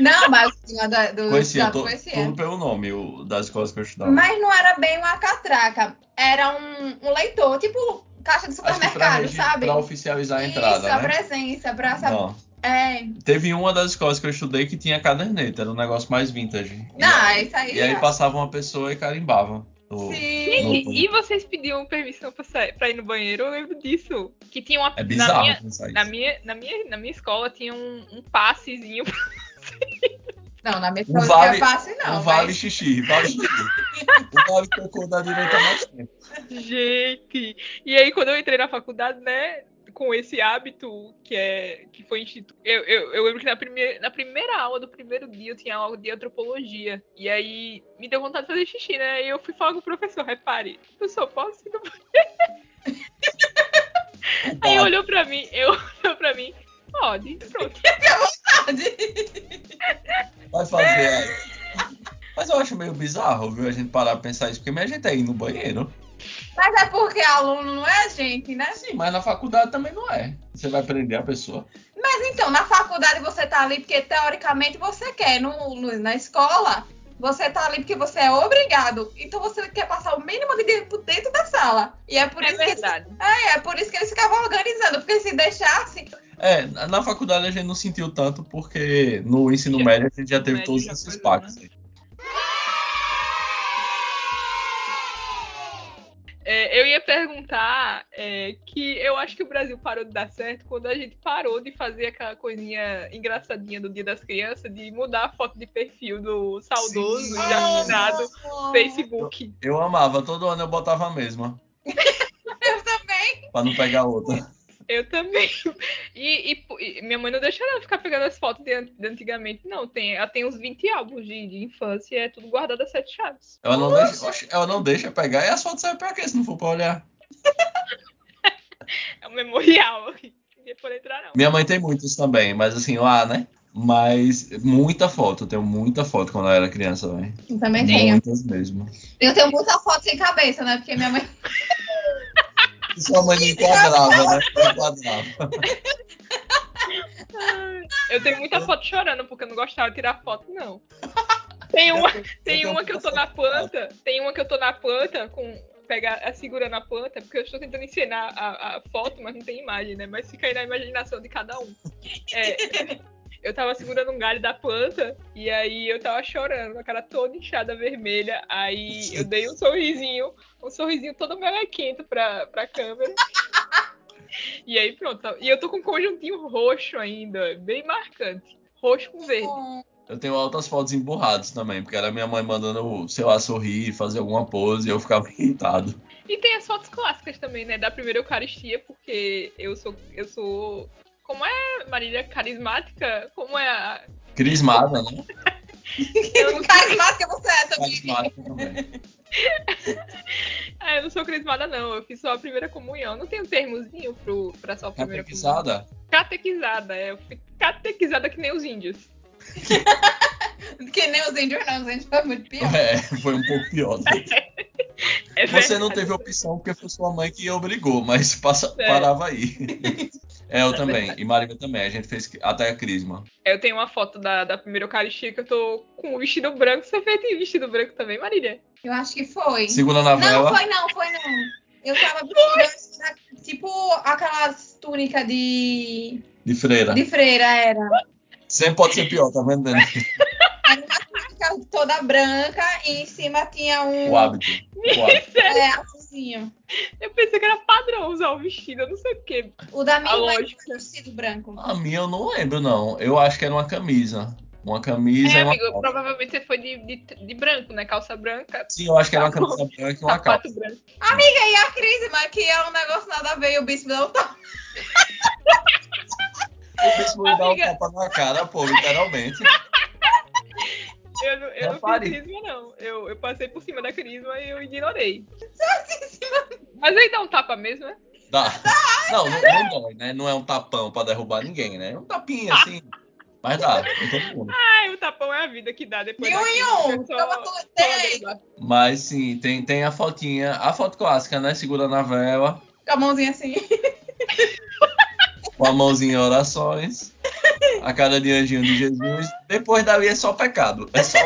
[SPEAKER 1] Não, mas tinha da- do
[SPEAKER 3] Conhecia, tá.
[SPEAKER 1] estudado
[SPEAKER 3] to,
[SPEAKER 1] conhecia.
[SPEAKER 3] tudo pelo nome o, das escolas que eu estudava.
[SPEAKER 1] Mas não era bem uma catraca, era um, um leitor, tipo caixa de
[SPEAKER 3] Acho que pra,
[SPEAKER 1] supermercado,
[SPEAKER 3] regi-
[SPEAKER 1] sabe?
[SPEAKER 3] pra oficializar a
[SPEAKER 1] Isso,
[SPEAKER 3] entrada,
[SPEAKER 1] a
[SPEAKER 3] né?
[SPEAKER 1] presença, pra saber.
[SPEAKER 3] Não.
[SPEAKER 1] É,
[SPEAKER 3] Teve uma das escolas que eu estudei que tinha caderneta, era um negócio mais vintage.
[SPEAKER 1] não, isso aí.
[SPEAKER 3] E aí
[SPEAKER 1] é.
[SPEAKER 3] passava uma pessoa e carimbava. O-
[SPEAKER 1] Sim.
[SPEAKER 3] Não.
[SPEAKER 2] E, e vocês pediam permissão pra, sair, pra ir no banheiro, eu lembro disso. Que tinha uma.
[SPEAKER 3] É
[SPEAKER 2] na
[SPEAKER 3] bizarro
[SPEAKER 2] minha,
[SPEAKER 3] pensar isso.
[SPEAKER 2] na minha, na minha, na minha escola tinha um, um passezinho.
[SPEAKER 1] Não, na minha
[SPEAKER 3] Um
[SPEAKER 1] escola
[SPEAKER 3] vale-
[SPEAKER 1] não tinha passe, não.
[SPEAKER 3] um vale
[SPEAKER 1] mas-
[SPEAKER 3] xixi, vale xixi. o vale cocô da direita há mais tempo.
[SPEAKER 2] Gente! E aí, quando eu entrei na faculdade, né? Com esse hábito que é que foi instituído. Eu, eu, eu lembro que na primeira, na primeira aula do primeiro dia eu tinha aula de antropologia. E aí me deu vontade de fazer xixi, né? E eu fui falar com o professor, repare, professor, posso ir no banheiro?" Aí ele olhou pra mim, eu olhou pra mim, pode, pronto.
[SPEAKER 3] Um Vai fazer. Mas eu acho meio bizarro, viu, a gente parar pra pensar isso, porque minha gente é ir no banheiro.
[SPEAKER 1] Mas é porque aluno não é gente, né?
[SPEAKER 3] Sim, assim, mas na faculdade também não é. Você vai prender a pessoa.
[SPEAKER 1] Mas então, na faculdade você tá ali porque teoricamente você quer. No, no- na escola, você tá ali porque você é obrigado. Então você quer passar o mínimo de tempo dentro da sala. E é por,
[SPEAKER 2] É
[SPEAKER 1] isso, que,
[SPEAKER 2] verdade.
[SPEAKER 1] é, é por isso que eles ficavam organizando, porque se deixasse, tipo,
[SPEAKER 3] É, na na faculdade a gente não sentiu tanto, porque no ensino médio a gente já teve
[SPEAKER 2] médio
[SPEAKER 3] todos
[SPEAKER 2] já
[SPEAKER 3] esses
[SPEAKER 2] foi,
[SPEAKER 3] pactos. aí.
[SPEAKER 2] É, eu ia perguntar é, que eu acho que o Brasil parou de dar certo quando a gente parou de fazer aquela coisinha engraçadinha do Dia das Crianças, de mudar a foto de perfil do saudoso,
[SPEAKER 3] Sim.
[SPEAKER 2] já assinado
[SPEAKER 1] Oh,
[SPEAKER 2] Facebook.
[SPEAKER 3] Eu amava, todo ano eu botava a mesma,
[SPEAKER 1] Eu também.
[SPEAKER 3] pra não pegar outra.
[SPEAKER 2] Eu também. E, e po- e minha mãe não deixa ela ficar pegando as fotos de, an- de antigamente, não. Tem, ela tem uns 20 álbuns de, de infância e é tudo guardado a sete chaves.
[SPEAKER 3] Ela não deixa, oxe, ela não deixa pegar, e as fotos servem pra quê se não for pra olhar?
[SPEAKER 2] É um memorial. Ninguém pode entrar, não.
[SPEAKER 3] Minha mãe tem muitos também, mas assim, lá, né? Mas muita foto, eu tenho muita foto quando eu era criança, velho.
[SPEAKER 1] Eu também tenho.
[SPEAKER 3] Muitas mesmo.
[SPEAKER 1] Eu tenho muita foto sem cabeça, né? Porque minha mãe.
[SPEAKER 3] E sua mãe não enquadrava, né? Não enquadrava.
[SPEAKER 2] Eu tenho muita foto chorando, porque eu não gostava de tirar foto, não. Tem uma, tem
[SPEAKER 3] tenho
[SPEAKER 2] uma que É, eu tô na planta, tem uma que eu tô na planta, com pegar, a- segurando a planta, porque eu estou tentando encenar a, a foto, mas não tem imagem, né? Mas fica aí na imaginação de cada um. É, eu tava segurando um galho da planta, e aí eu tava chorando, com a cara toda inchada vermelha, aí eu dei um sorrisinho, um sorrisinho todo melequento pra, pra câmera. E aí pronto, e eu tô com um conjuntinho roxo ainda, bem marcante. Roxo com verde.
[SPEAKER 3] Eu tenho altas fotos emburradas também, porque era minha mãe mandando, sei lá, sorrir, fazer alguma pose, e eu ficava irritado.
[SPEAKER 2] E tem as fotos clássicas também, né? Da primeira Eucaristia, porque eu sou. Eu sou. Como é Marília carismática? Como é a.
[SPEAKER 3] Crismada, né?
[SPEAKER 2] Eu não,
[SPEAKER 1] Carismática você é também.
[SPEAKER 3] Carismática também.
[SPEAKER 2] ah, eu não sou crismada, não. Eu fiz só a primeira comunhão. Não tem um termozinho pro, pra só a primeira comunhão.
[SPEAKER 3] Catequizada.
[SPEAKER 2] Catequizada, é. Eu fui catequizada que nem os índios.
[SPEAKER 1] Que nem os índios, não. Os índios foi muito pior.
[SPEAKER 3] É, foi um pouco pior. né?
[SPEAKER 2] É
[SPEAKER 3] Você não
[SPEAKER 2] verdade.
[SPEAKER 3] teve opção porque foi sua mãe que obrigou, mas passa-
[SPEAKER 2] É.
[SPEAKER 3] parava aí. É, eu também. E Marília também. A gente fez até a Crisma.
[SPEAKER 2] Eu tenho uma foto da, da primeira Eucaristia que eu tô com um vestido branco. Você fez vestido branco também, Marília?
[SPEAKER 1] Eu acho que foi.
[SPEAKER 3] Segurando a
[SPEAKER 1] Não,
[SPEAKER 3] vela.
[SPEAKER 1] foi não, foi não. Eu tava vestida, tipo aquelas túnicas de...
[SPEAKER 3] De freira.
[SPEAKER 1] de freira, era.
[SPEAKER 3] Sempre pode ser pior, tá vendo? Dani?
[SPEAKER 1] Era uma túnica toda branca e em cima tinha um
[SPEAKER 3] O hábito. O hábito.
[SPEAKER 1] é, azulzinho.
[SPEAKER 2] Eu pensei que era padrão usar o vestido, eu não sei o quê.
[SPEAKER 1] O da
[SPEAKER 2] A
[SPEAKER 1] minha mãe
[SPEAKER 2] lógica.
[SPEAKER 1] era um vestido branco.
[SPEAKER 3] A minha eu não lembro, não. Eu acho que era uma camisa. Uma camisa.
[SPEAKER 2] É,
[SPEAKER 3] e uma
[SPEAKER 2] amigo,
[SPEAKER 3] calça.
[SPEAKER 2] provavelmente você foi de, de, de branco, né? Calça branca,
[SPEAKER 3] Sim, eu acho que era uma camisa branca e uma é calça.
[SPEAKER 2] sapato branco.
[SPEAKER 1] Amiga, e a crise, mas que é um negócio nada a ver e o bispo não tá.
[SPEAKER 3] O bispo me dá um
[SPEAKER 2] Amiga.
[SPEAKER 3] tapa na cara, pô, literalmente.
[SPEAKER 2] Eu, não- eu
[SPEAKER 3] Não é
[SPEAKER 2] não
[SPEAKER 3] pare.
[SPEAKER 2] fiz crisma, não. Eu, eu passei por cima da crisma e eu ignorei.
[SPEAKER 1] Sim,
[SPEAKER 2] Mas aí dá um tapa mesmo, né?
[SPEAKER 3] Dá. Não, não, não dói, né? Não é um tapão pra derrubar ninguém, né? É um tapinha assim. Mas dá, em todo mundo.
[SPEAKER 2] Ai, o tapão é a vida que dá depois
[SPEAKER 1] De
[SPEAKER 2] da
[SPEAKER 1] um em um.
[SPEAKER 2] crisma.
[SPEAKER 1] Tava
[SPEAKER 2] Só-
[SPEAKER 1] tudo
[SPEAKER 2] só
[SPEAKER 1] aí.
[SPEAKER 2] lembra.
[SPEAKER 3] Mas sim, tem, tem a fotinha, a foto clássica, né? Segurando a vela,
[SPEAKER 1] Com a mãozinha assim.
[SPEAKER 3] com a mãozinha em orações, a cara de anjinho de Jesus. Depois dali é só pecado. É só.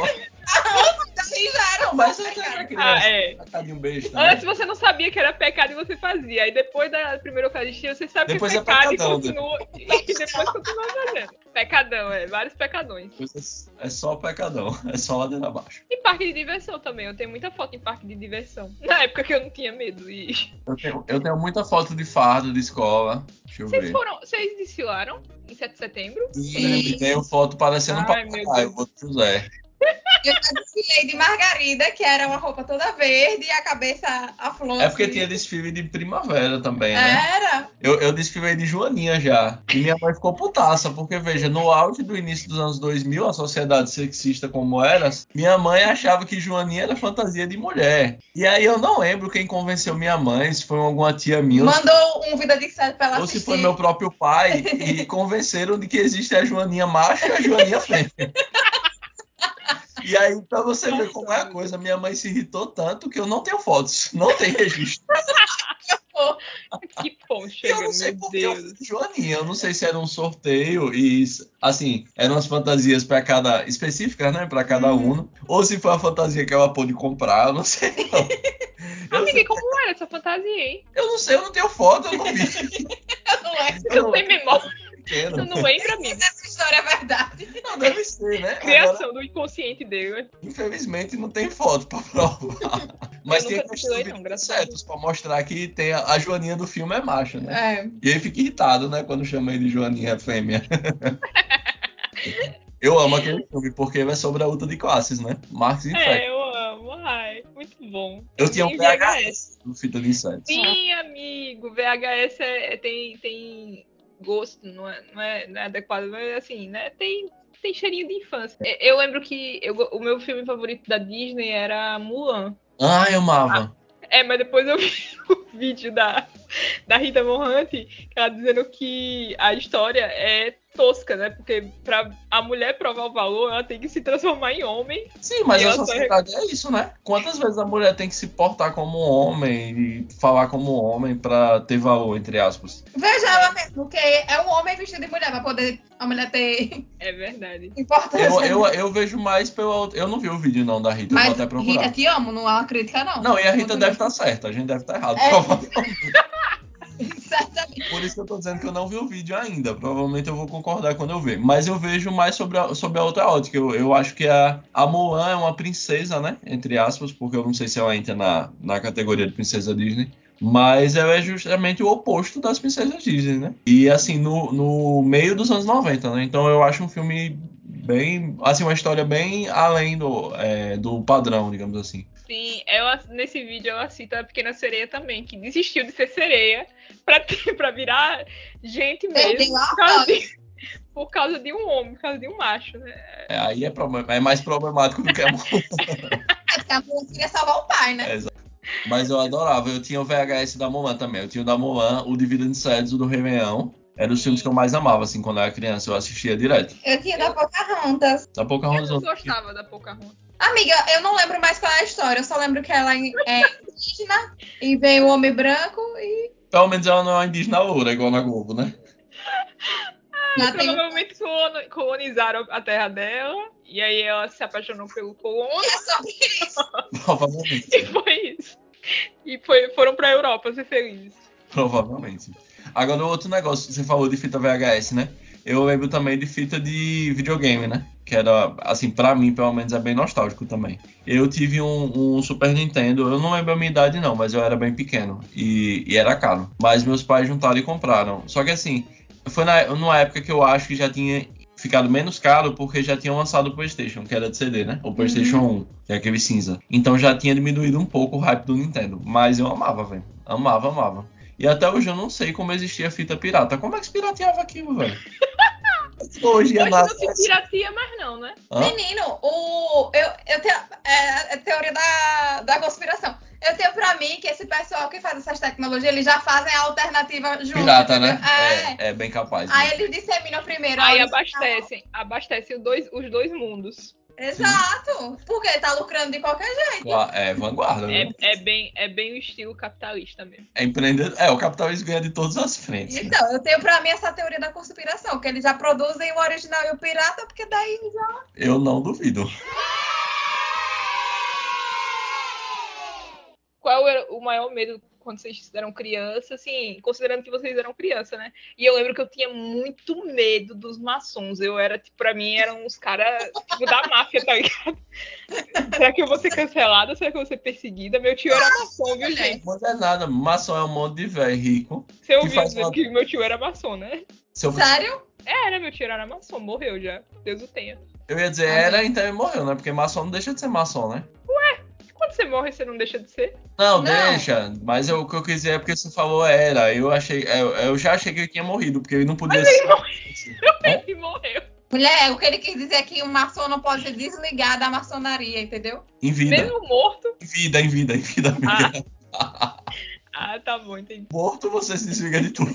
[SPEAKER 1] Daí já era
[SPEAKER 3] Não,
[SPEAKER 1] um
[SPEAKER 3] mas
[SPEAKER 1] bom
[SPEAKER 3] você
[SPEAKER 1] pecado.
[SPEAKER 3] era
[SPEAKER 2] Ah,
[SPEAKER 3] criança.
[SPEAKER 2] é.
[SPEAKER 3] Ah, é. de um beijo também.
[SPEAKER 2] Antes você não sabia que era pecado e você fazia. Aí depois da primeira Eucaristia você sabe
[SPEAKER 3] Depois
[SPEAKER 2] que
[SPEAKER 3] é
[SPEAKER 2] é pecado e
[SPEAKER 3] pecadão, né?
[SPEAKER 2] continua. E depois continua fazendo. Pecadão, é. Vários pecadões.
[SPEAKER 3] Depois É só pecadão, é só ladeira abaixo.
[SPEAKER 2] E parque de diversão também. Eu tenho muita foto em parque de diversão. Na época que eu não tinha medo. E...
[SPEAKER 3] Eu tenho, eu tenho muita foto de fardo de escola. Deixa eu
[SPEAKER 2] Vocês
[SPEAKER 3] ver.
[SPEAKER 2] foram. Vocês desfilaram em 7 de setembro?
[SPEAKER 3] E tenho foto parecendo um
[SPEAKER 2] Ai, meu
[SPEAKER 3] papagaio,
[SPEAKER 2] Deus.
[SPEAKER 3] outro José.
[SPEAKER 1] Eu já desfilei de margarida, que era uma roupa toda verde e a cabeça a flor.
[SPEAKER 3] É porque
[SPEAKER 1] assim.
[SPEAKER 3] tinha desfile de primavera também,
[SPEAKER 2] É.
[SPEAKER 3] né?
[SPEAKER 1] Era.
[SPEAKER 3] Eu, eu desfilei de Joaninha já. E minha mãe ficou putaça, porque veja, no auge do início dos anos 2000, a sociedade sexista como era, minha mãe achava que Joaninha era fantasia de mulher. E aí eu não lembro quem convenceu minha mãe, se foi alguma tia minha ou se
[SPEAKER 1] Mandou um vida de série pra ela
[SPEAKER 3] ou se
[SPEAKER 1] assistir.
[SPEAKER 3] foi meu próprio pai e convenceram de que existe a Joaninha macho e a Joaninha fêmea. E aí, pra você ver como é a coisa, minha mãe se irritou tanto que eu não tenho fotos, não tem registro.
[SPEAKER 2] Que pão
[SPEAKER 3] E
[SPEAKER 2] chega,
[SPEAKER 3] eu não sei
[SPEAKER 2] meu
[SPEAKER 3] por que eu
[SPEAKER 2] Deus.
[SPEAKER 3] fui Joaninha, eu não sei se era um sorteio e, assim, eram as fantasias para cada, específicas, né, para cada
[SPEAKER 1] Uhum.
[SPEAKER 3] um, ou se foi a fantasia que ela pôde comprar, eu não sei não. Eu,
[SPEAKER 2] Amiga, e como era essa fantasia, hein?
[SPEAKER 3] eu não sei, eu não tenho foto, eu não vi,
[SPEAKER 1] Eu não lembro
[SPEAKER 3] eu
[SPEAKER 2] Eu
[SPEAKER 3] não
[SPEAKER 2] tem memória,
[SPEAKER 3] pequeno.
[SPEAKER 2] tu não lembra, amigo.
[SPEAKER 1] se essa história é verdade.
[SPEAKER 3] Não, deve ser, né? Agora-
[SPEAKER 2] Criação do inconsciente dele.
[SPEAKER 3] Infelizmente não tem foto pra provar. Mas
[SPEAKER 2] Eu
[SPEAKER 3] tem
[SPEAKER 2] nunca desfilei, não,
[SPEAKER 3] vídeos
[SPEAKER 2] graças a
[SPEAKER 3] certos pra mostrar que tem a, a Joaninha do filme é macho, né?
[SPEAKER 1] É.
[SPEAKER 3] E aí fica irritado, né, quando chama ele de Joaninha fêmea. Eu amo aquele filme, porque ele é sobre a luta de classes, né? Marx e Fred.
[SPEAKER 2] É, eu amo. Ai, muito bom.
[SPEAKER 3] Eu tinha um
[SPEAKER 2] Tem
[SPEAKER 3] VHS no Fita de Insetos.
[SPEAKER 2] Sim, amigo. VHS é- é- tem, tem gosto, não é, não, é, não é adequado, mas assim, né? Tem, tem cheirinho de infância. É, Eu lembro que eu go- o meu filme favorito da Disney era Mulan.
[SPEAKER 3] Ah, eu amava.
[SPEAKER 2] É, mas depois eu vi o vídeo da, da Rita Von Hunt, que ela dizendo que a história é tosca, né? Porque pra a mulher provar o valor, ela tem que se transformar em homem.
[SPEAKER 3] Sim, mas
[SPEAKER 2] eu
[SPEAKER 3] a
[SPEAKER 2] só-
[SPEAKER 3] sociedade é isso, né? Quantas vezes a mulher tem que se portar como um homem e falar como um homem pra ter valor, entre aspas?
[SPEAKER 1] Veja ela mesmo, que é um homem vestido de mulher, pra poder a mulher ter
[SPEAKER 2] É verdade.
[SPEAKER 1] importância.
[SPEAKER 3] Eu, eu, eu vejo mais pela. outra- Eu não vi o vídeo não da Rita, eu vou
[SPEAKER 1] Mas
[SPEAKER 3] até procurar.
[SPEAKER 1] Rita, te amo, não é uma crítica, não.
[SPEAKER 3] Não, e a Rita
[SPEAKER 1] Muito
[SPEAKER 3] deve estar certa, a gente deve estar errado.
[SPEAKER 1] É.
[SPEAKER 3] provavelmente.
[SPEAKER 1] bem. Certamente.
[SPEAKER 3] Por isso que eu tô dizendo que eu não vi o vídeo ainda. Provavelmente eu vou concordar quando eu ver. Mas eu vejo mais sobre a, sobre a outra ótica. Eu, eu acho que a, a Moan é uma princesa, né? Entre aspas, porque eu não sei se ela entra na, na categoria de princesa Disney. Mas ela é justamente o oposto das princesas Disney, né? E assim, no, no meio dos anos 90, né? Então eu acho um filme bem. Assim, uma história bem além do, é, do padrão, digamos assim.
[SPEAKER 2] Sim, ela, nesse vídeo ela cita a pequena sereia também, que desistiu de ser sereia pra, ter, pra virar gente
[SPEAKER 1] Perdeu
[SPEAKER 2] mesmo.
[SPEAKER 1] a
[SPEAKER 2] Por causa,
[SPEAKER 1] fome.
[SPEAKER 2] de, por causa de um homem, por causa de um macho, né?
[SPEAKER 3] É, aí é, problema- é mais problemático do que a Moan.
[SPEAKER 1] É porque a mulher queria salvar o pai, né?
[SPEAKER 3] É, exato. Mas eu adorava. Eu tinha o VHS da Mulan também. Eu tinha o da Mulan, o de Vida de Sedes, o do Réveillon. Eram os filmes que eu mais amava, assim, quando eu era criança. Eu assistia direto.
[SPEAKER 1] Eu tinha da Pocahontas.
[SPEAKER 3] Da pouco
[SPEAKER 2] Eu não gostava da Pocahontas.
[SPEAKER 1] Amiga, eu não lembro mais qual é a história. Eu só lembro que ela é indígena e veio o homem branco e
[SPEAKER 3] Pelo menos ela não é indígena loura, igual na Globo, né?
[SPEAKER 1] já tem um
[SPEAKER 2] Provavelmente colono- colonizaram a terra dela, e aí ela se apaixonou pelo colono,
[SPEAKER 1] É sobre isso.
[SPEAKER 3] Provavelmente.
[SPEAKER 2] e foi isso. E foi, foram pra Europa ser felizes.
[SPEAKER 3] Provavelmente. Agora, um outro negócio. Você falou de fita VHS, né? Eu lembro também de fita de videogame, né? Que era, assim, pra mim, pelo menos, é bem nostálgico também. Eu tive um, um Super Nintendo, eu não lembro a minha idade não, mas eu era bem pequeno e, e era caro. Mas meus pais juntaram e compraram. Só que assim, foi na, numa época que eu acho que já tinha ficado menos caro porque já tinham lançado o PlayStation, que era de CD, né? O PlayStation 1, que é aquele cinza. Então já tinha diminuído um pouco o hype do Nintendo. Mas eu amava, velho. Amava, amava. E até hoje eu não sei como existia fita pirata. Como é que se pirateava aquilo, velho? hoje é
[SPEAKER 2] Hoje
[SPEAKER 3] na...
[SPEAKER 2] não se piratia mais não, né?
[SPEAKER 3] Hã?
[SPEAKER 1] Menino, o, eu, eu tenho é, é teoria da, da conspiração. Eu tenho pra mim que esse pessoal que faz essas tecnologias, eles já fazem a alternativa junto.
[SPEAKER 3] Pirata, né?
[SPEAKER 1] entendeu? É.
[SPEAKER 3] É, é bem capaz. né?
[SPEAKER 1] Aí eles disseminam primeiro.
[SPEAKER 2] Aí
[SPEAKER 1] olha,
[SPEAKER 2] abastecem, abastecem os dois, os dois mundos.
[SPEAKER 1] Exato. Porque tá lucrando de qualquer jeito.
[SPEAKER 3] Lá- É vanguarda, né?
[SPEAKER 2] É, é bem, é bem o estilo capitalista mesmo.
[SPEAKER 3] É empreendedor. É, o capitalismo ganha de todas as frentes. né?
[SPEAKER 1] Então, eu tenho pra mim essa teoria da conspiração, que eles já produzem o original e o pirata, porque daí já.
[SPEAKER 3] Eu não duvido.
[SPEAKER 2] Qual era o maior medo quando vocês eram criança, assim, considerando que vocês eram criança, né? E eu lembro que eu tinha muito medo dos maçons. Eu era, tipo, pra mim eram uns caras, tipo, da máfia, tá ligado? Será que eu vou ser cancelada? Será que eu vou ser perseguida? Meu tio era maçom, viu, gente?
[SPEAKER 3] Mas é nada, maçom é um monte de velho rico.
[SPEAKER 2] Você
[SPEAKER 3] Que
[SPEAKER 2] ouviu
[SPEAKER 3] faz uma-
[SPEAKER 2] que meu tio era maçom, né?
[SPEAKER 3] Se eu,
[SPEAKER 1] Sério?
[SPEAKER 2] Era, meu tio era maçom, morreu já. Deus o tenha.
[SPEAKER 3] eu ia dizer, era, então ele morreu, né? Porque maçom não deixa de ser maçom, né?
[SPEAKER 2] Quando você morre, você não deixa de ser.
[SPEAKER 3] Não,
[SPEAKER 1] Não.
[SPEAKER 3] deixa. Mas eu- o que eu quis dizer é porque você falou era. Eu achei, eu, eu já achei que ele tinha morrido, porque ele não podia
[SPEAKER 2] ele
[SPEAKER 3] ser.
[SPEAKER 2] Ele morreu.
[SPEAKER 1] Mulher, o que ele quis dizer é que o maçom não pode se desligar da maçonaria, entendeu?
[SPEAKER 3] Em vida.
[SPEAKER 2] Mesmo morto.
[SPEAKER 3] Em vida, em vida, em vida, amiga.
[SPEAKER 2] Ah, tá bom, entendi.
[SPEAKER 3] Morto você se desliga de tudo.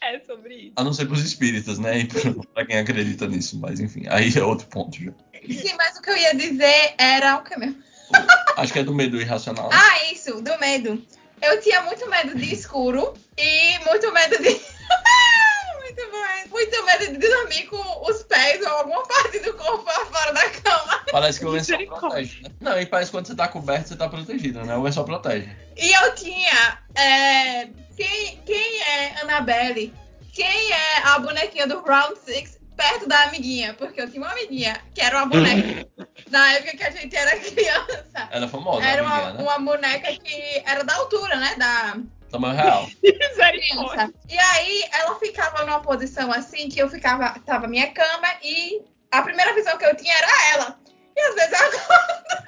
[SPEAKER 2] É sobre isso.
[SPEAKER 3] A não ser pros espíritas, né? E pra- pra quem acredita nisso. Mas enfim, aí é outro ponto. já.
[SPEAKER 1] Sim, mas o que eu ia dizer era o que mesmo?
[SPEAKER 3] Acho que é do medo irracional. né?
[SPEAKER 1] Ah, isso, do medo. Eu tinha muito medo de escuro e muito medo de. muito bom. Muito medo de dormir com os pés ou alguma parte do corpo pra fora da cama.
[SPEAKER 3] Parece que o lençol
[SPEAKER 2] Misericórdia.
[SPEAKER 3] protege, né? Não, e parece que quando você tá coberto, você tá protegido, né? O lençol protege.
[SPEAKER 1] E eu tinha. é, quem, quem é Annabelle? Quem é a bonequinha do Round Six perto da amiguinha? Porque eu tinha uma amiguinha que era uma boneca. Na época que a gente era criança.
[SPEAKER 3] Era é famosa,
[SPEAKER 1] Era
[SPEAKER 3] amiguinha,
[SPEAKER 1] uma,
[SPEAKER 3] né?
[SPEAKER 1] uma boneca que era da altura, né? Da,
[SPEAKER 3] Tamanho real.
[SPEAKER 2] Misericórdia.
[SPEAKER 1] criança. E aí ela ficava numa posição assim que eu ficava, tava minha cama e a primeira visão que eu tinha era ela. E às vezes ela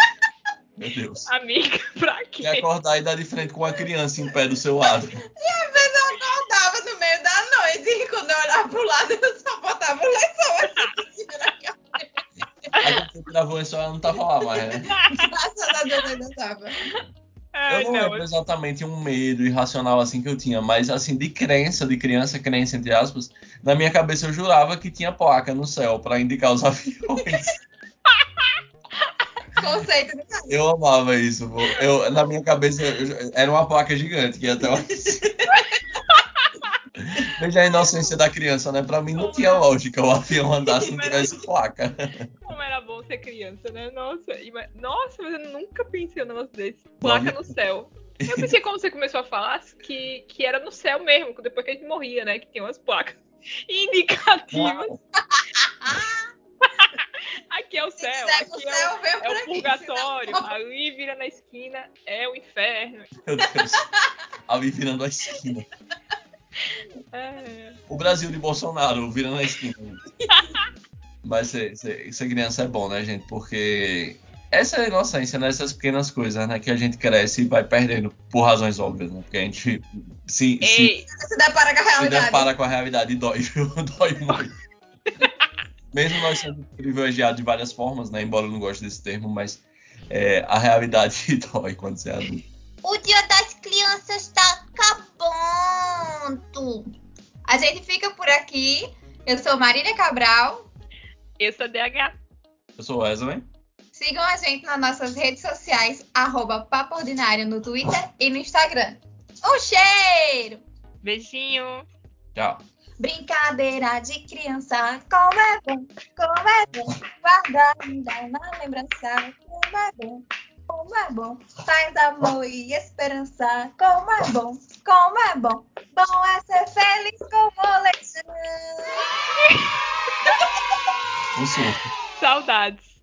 [SPEAKER 3] Meu Deus.
[SPEAKER 2] Amiga, pra quê?
[SPEAKER 3] E acordar e dar de frente com uma criança em pé do seu
[SPEAKER 1] às
[SPEAKER 3] lado.
[SPEAKER 1] vezes eu acordava no meio da noite e quando eu olhava pro lado eu só botava o lençol assim. Era-
[SPEAKER 3] Aí quando você gravou isso, ela não tava lá mais, né?
[SPEAKER 1] Graças a Deus eu ainda tava.
[SPEAKER 2] Ai,
[SPEAKER 3] Eu
[SPEAKER 2] então,
[SPEAKER 3] não lembro exatamente um medo irracional assim que eu tinha, mas assim, de crença, de criança, crença entre aspas, na minha cabeça eu jurava que tinha placa no céu pra indicar os aviões.
[SPEAKER 1] Conceito de
[SPEAKER 3] Eu amava isso. pô. Eu, na minha cabeça eu- era uma placa gigante que ia até lá. em cima. Veja a inocência da criança, né? Pra mim não tinha lógica o avião andar se não tivesse placa.
[SPEAKER 2] Como era bom ser criança, né? Nossa, ima- nossa, mas eu nunca pensei num negócio desse. Placa no céu. Eu pensei como você começou a falar que, que era no céu mesmo, que depois que a gente morria, né? Que tinha umas placas indicativas. Aqui é o céu,
[SPEAKER 1] Segue o
[SPEAKER 2] aqui é o,
[SPEAKER 1] céu, vem
[SPEAKER 2] é
[SPEAKER 1] por
[SPEAKER 2] o
[SPEAKER 1] aqui.
[SPEAKER 2] purgatório, ali vira na esquina, é o inferno.
[SPEAKER 3] Meu Deus. Ali virando a esquina.
[SPEAKER 2] É.
[SPEAKER 3] O Brasil de Bolsonaro virando a esquina. Mas ser, ser, ser criança é bom, né, gente? Porque essa é a inocência, né? Essas pequenas coisas, né? Que a gente cresce e vai perdendo por razões óbvias, né? Porque a gente se, se,
[SPEAKER 2] Ei,
[SPEAKER 1] Você se depara com a
[SPEAKER 3] se
[SPEAKER 1] realidade.
[SPEAKER 3] depara com a realidade e dói, viu? Dói muito. Mesmo nós sendo privilegiados de várias formas, né? Embora eu não goste desse termo, mas é, a realidade dói quando você é adulto.
[SPEAKER 1] O dia das crianças está acabando. A gente fica por aqui. Eu sou Marília Cabral.
[SPEAKER 2] esse é DH.
[SPEAKER 3] Eu sou o Wesley.
[SPEAKER 1] Sigam a gente nas nossas redes sociais, arroba Papo Ordinário no Twitter e no Instagram. Um cheiro!
[SPEAKER 2] Beijinho.
[SPEAKER 3] Tchau.
[SPEAKER 1] Brincadeira de criança, como é bom, como é bom, guardar ainda na lembrança, como é bom, como é bom, faz amor e esperança, como é bom, como é bom, bom é ser feliz como Alexandre.
[SPEAKER 3] Um surto.
[SPEAKER 2] Saudades.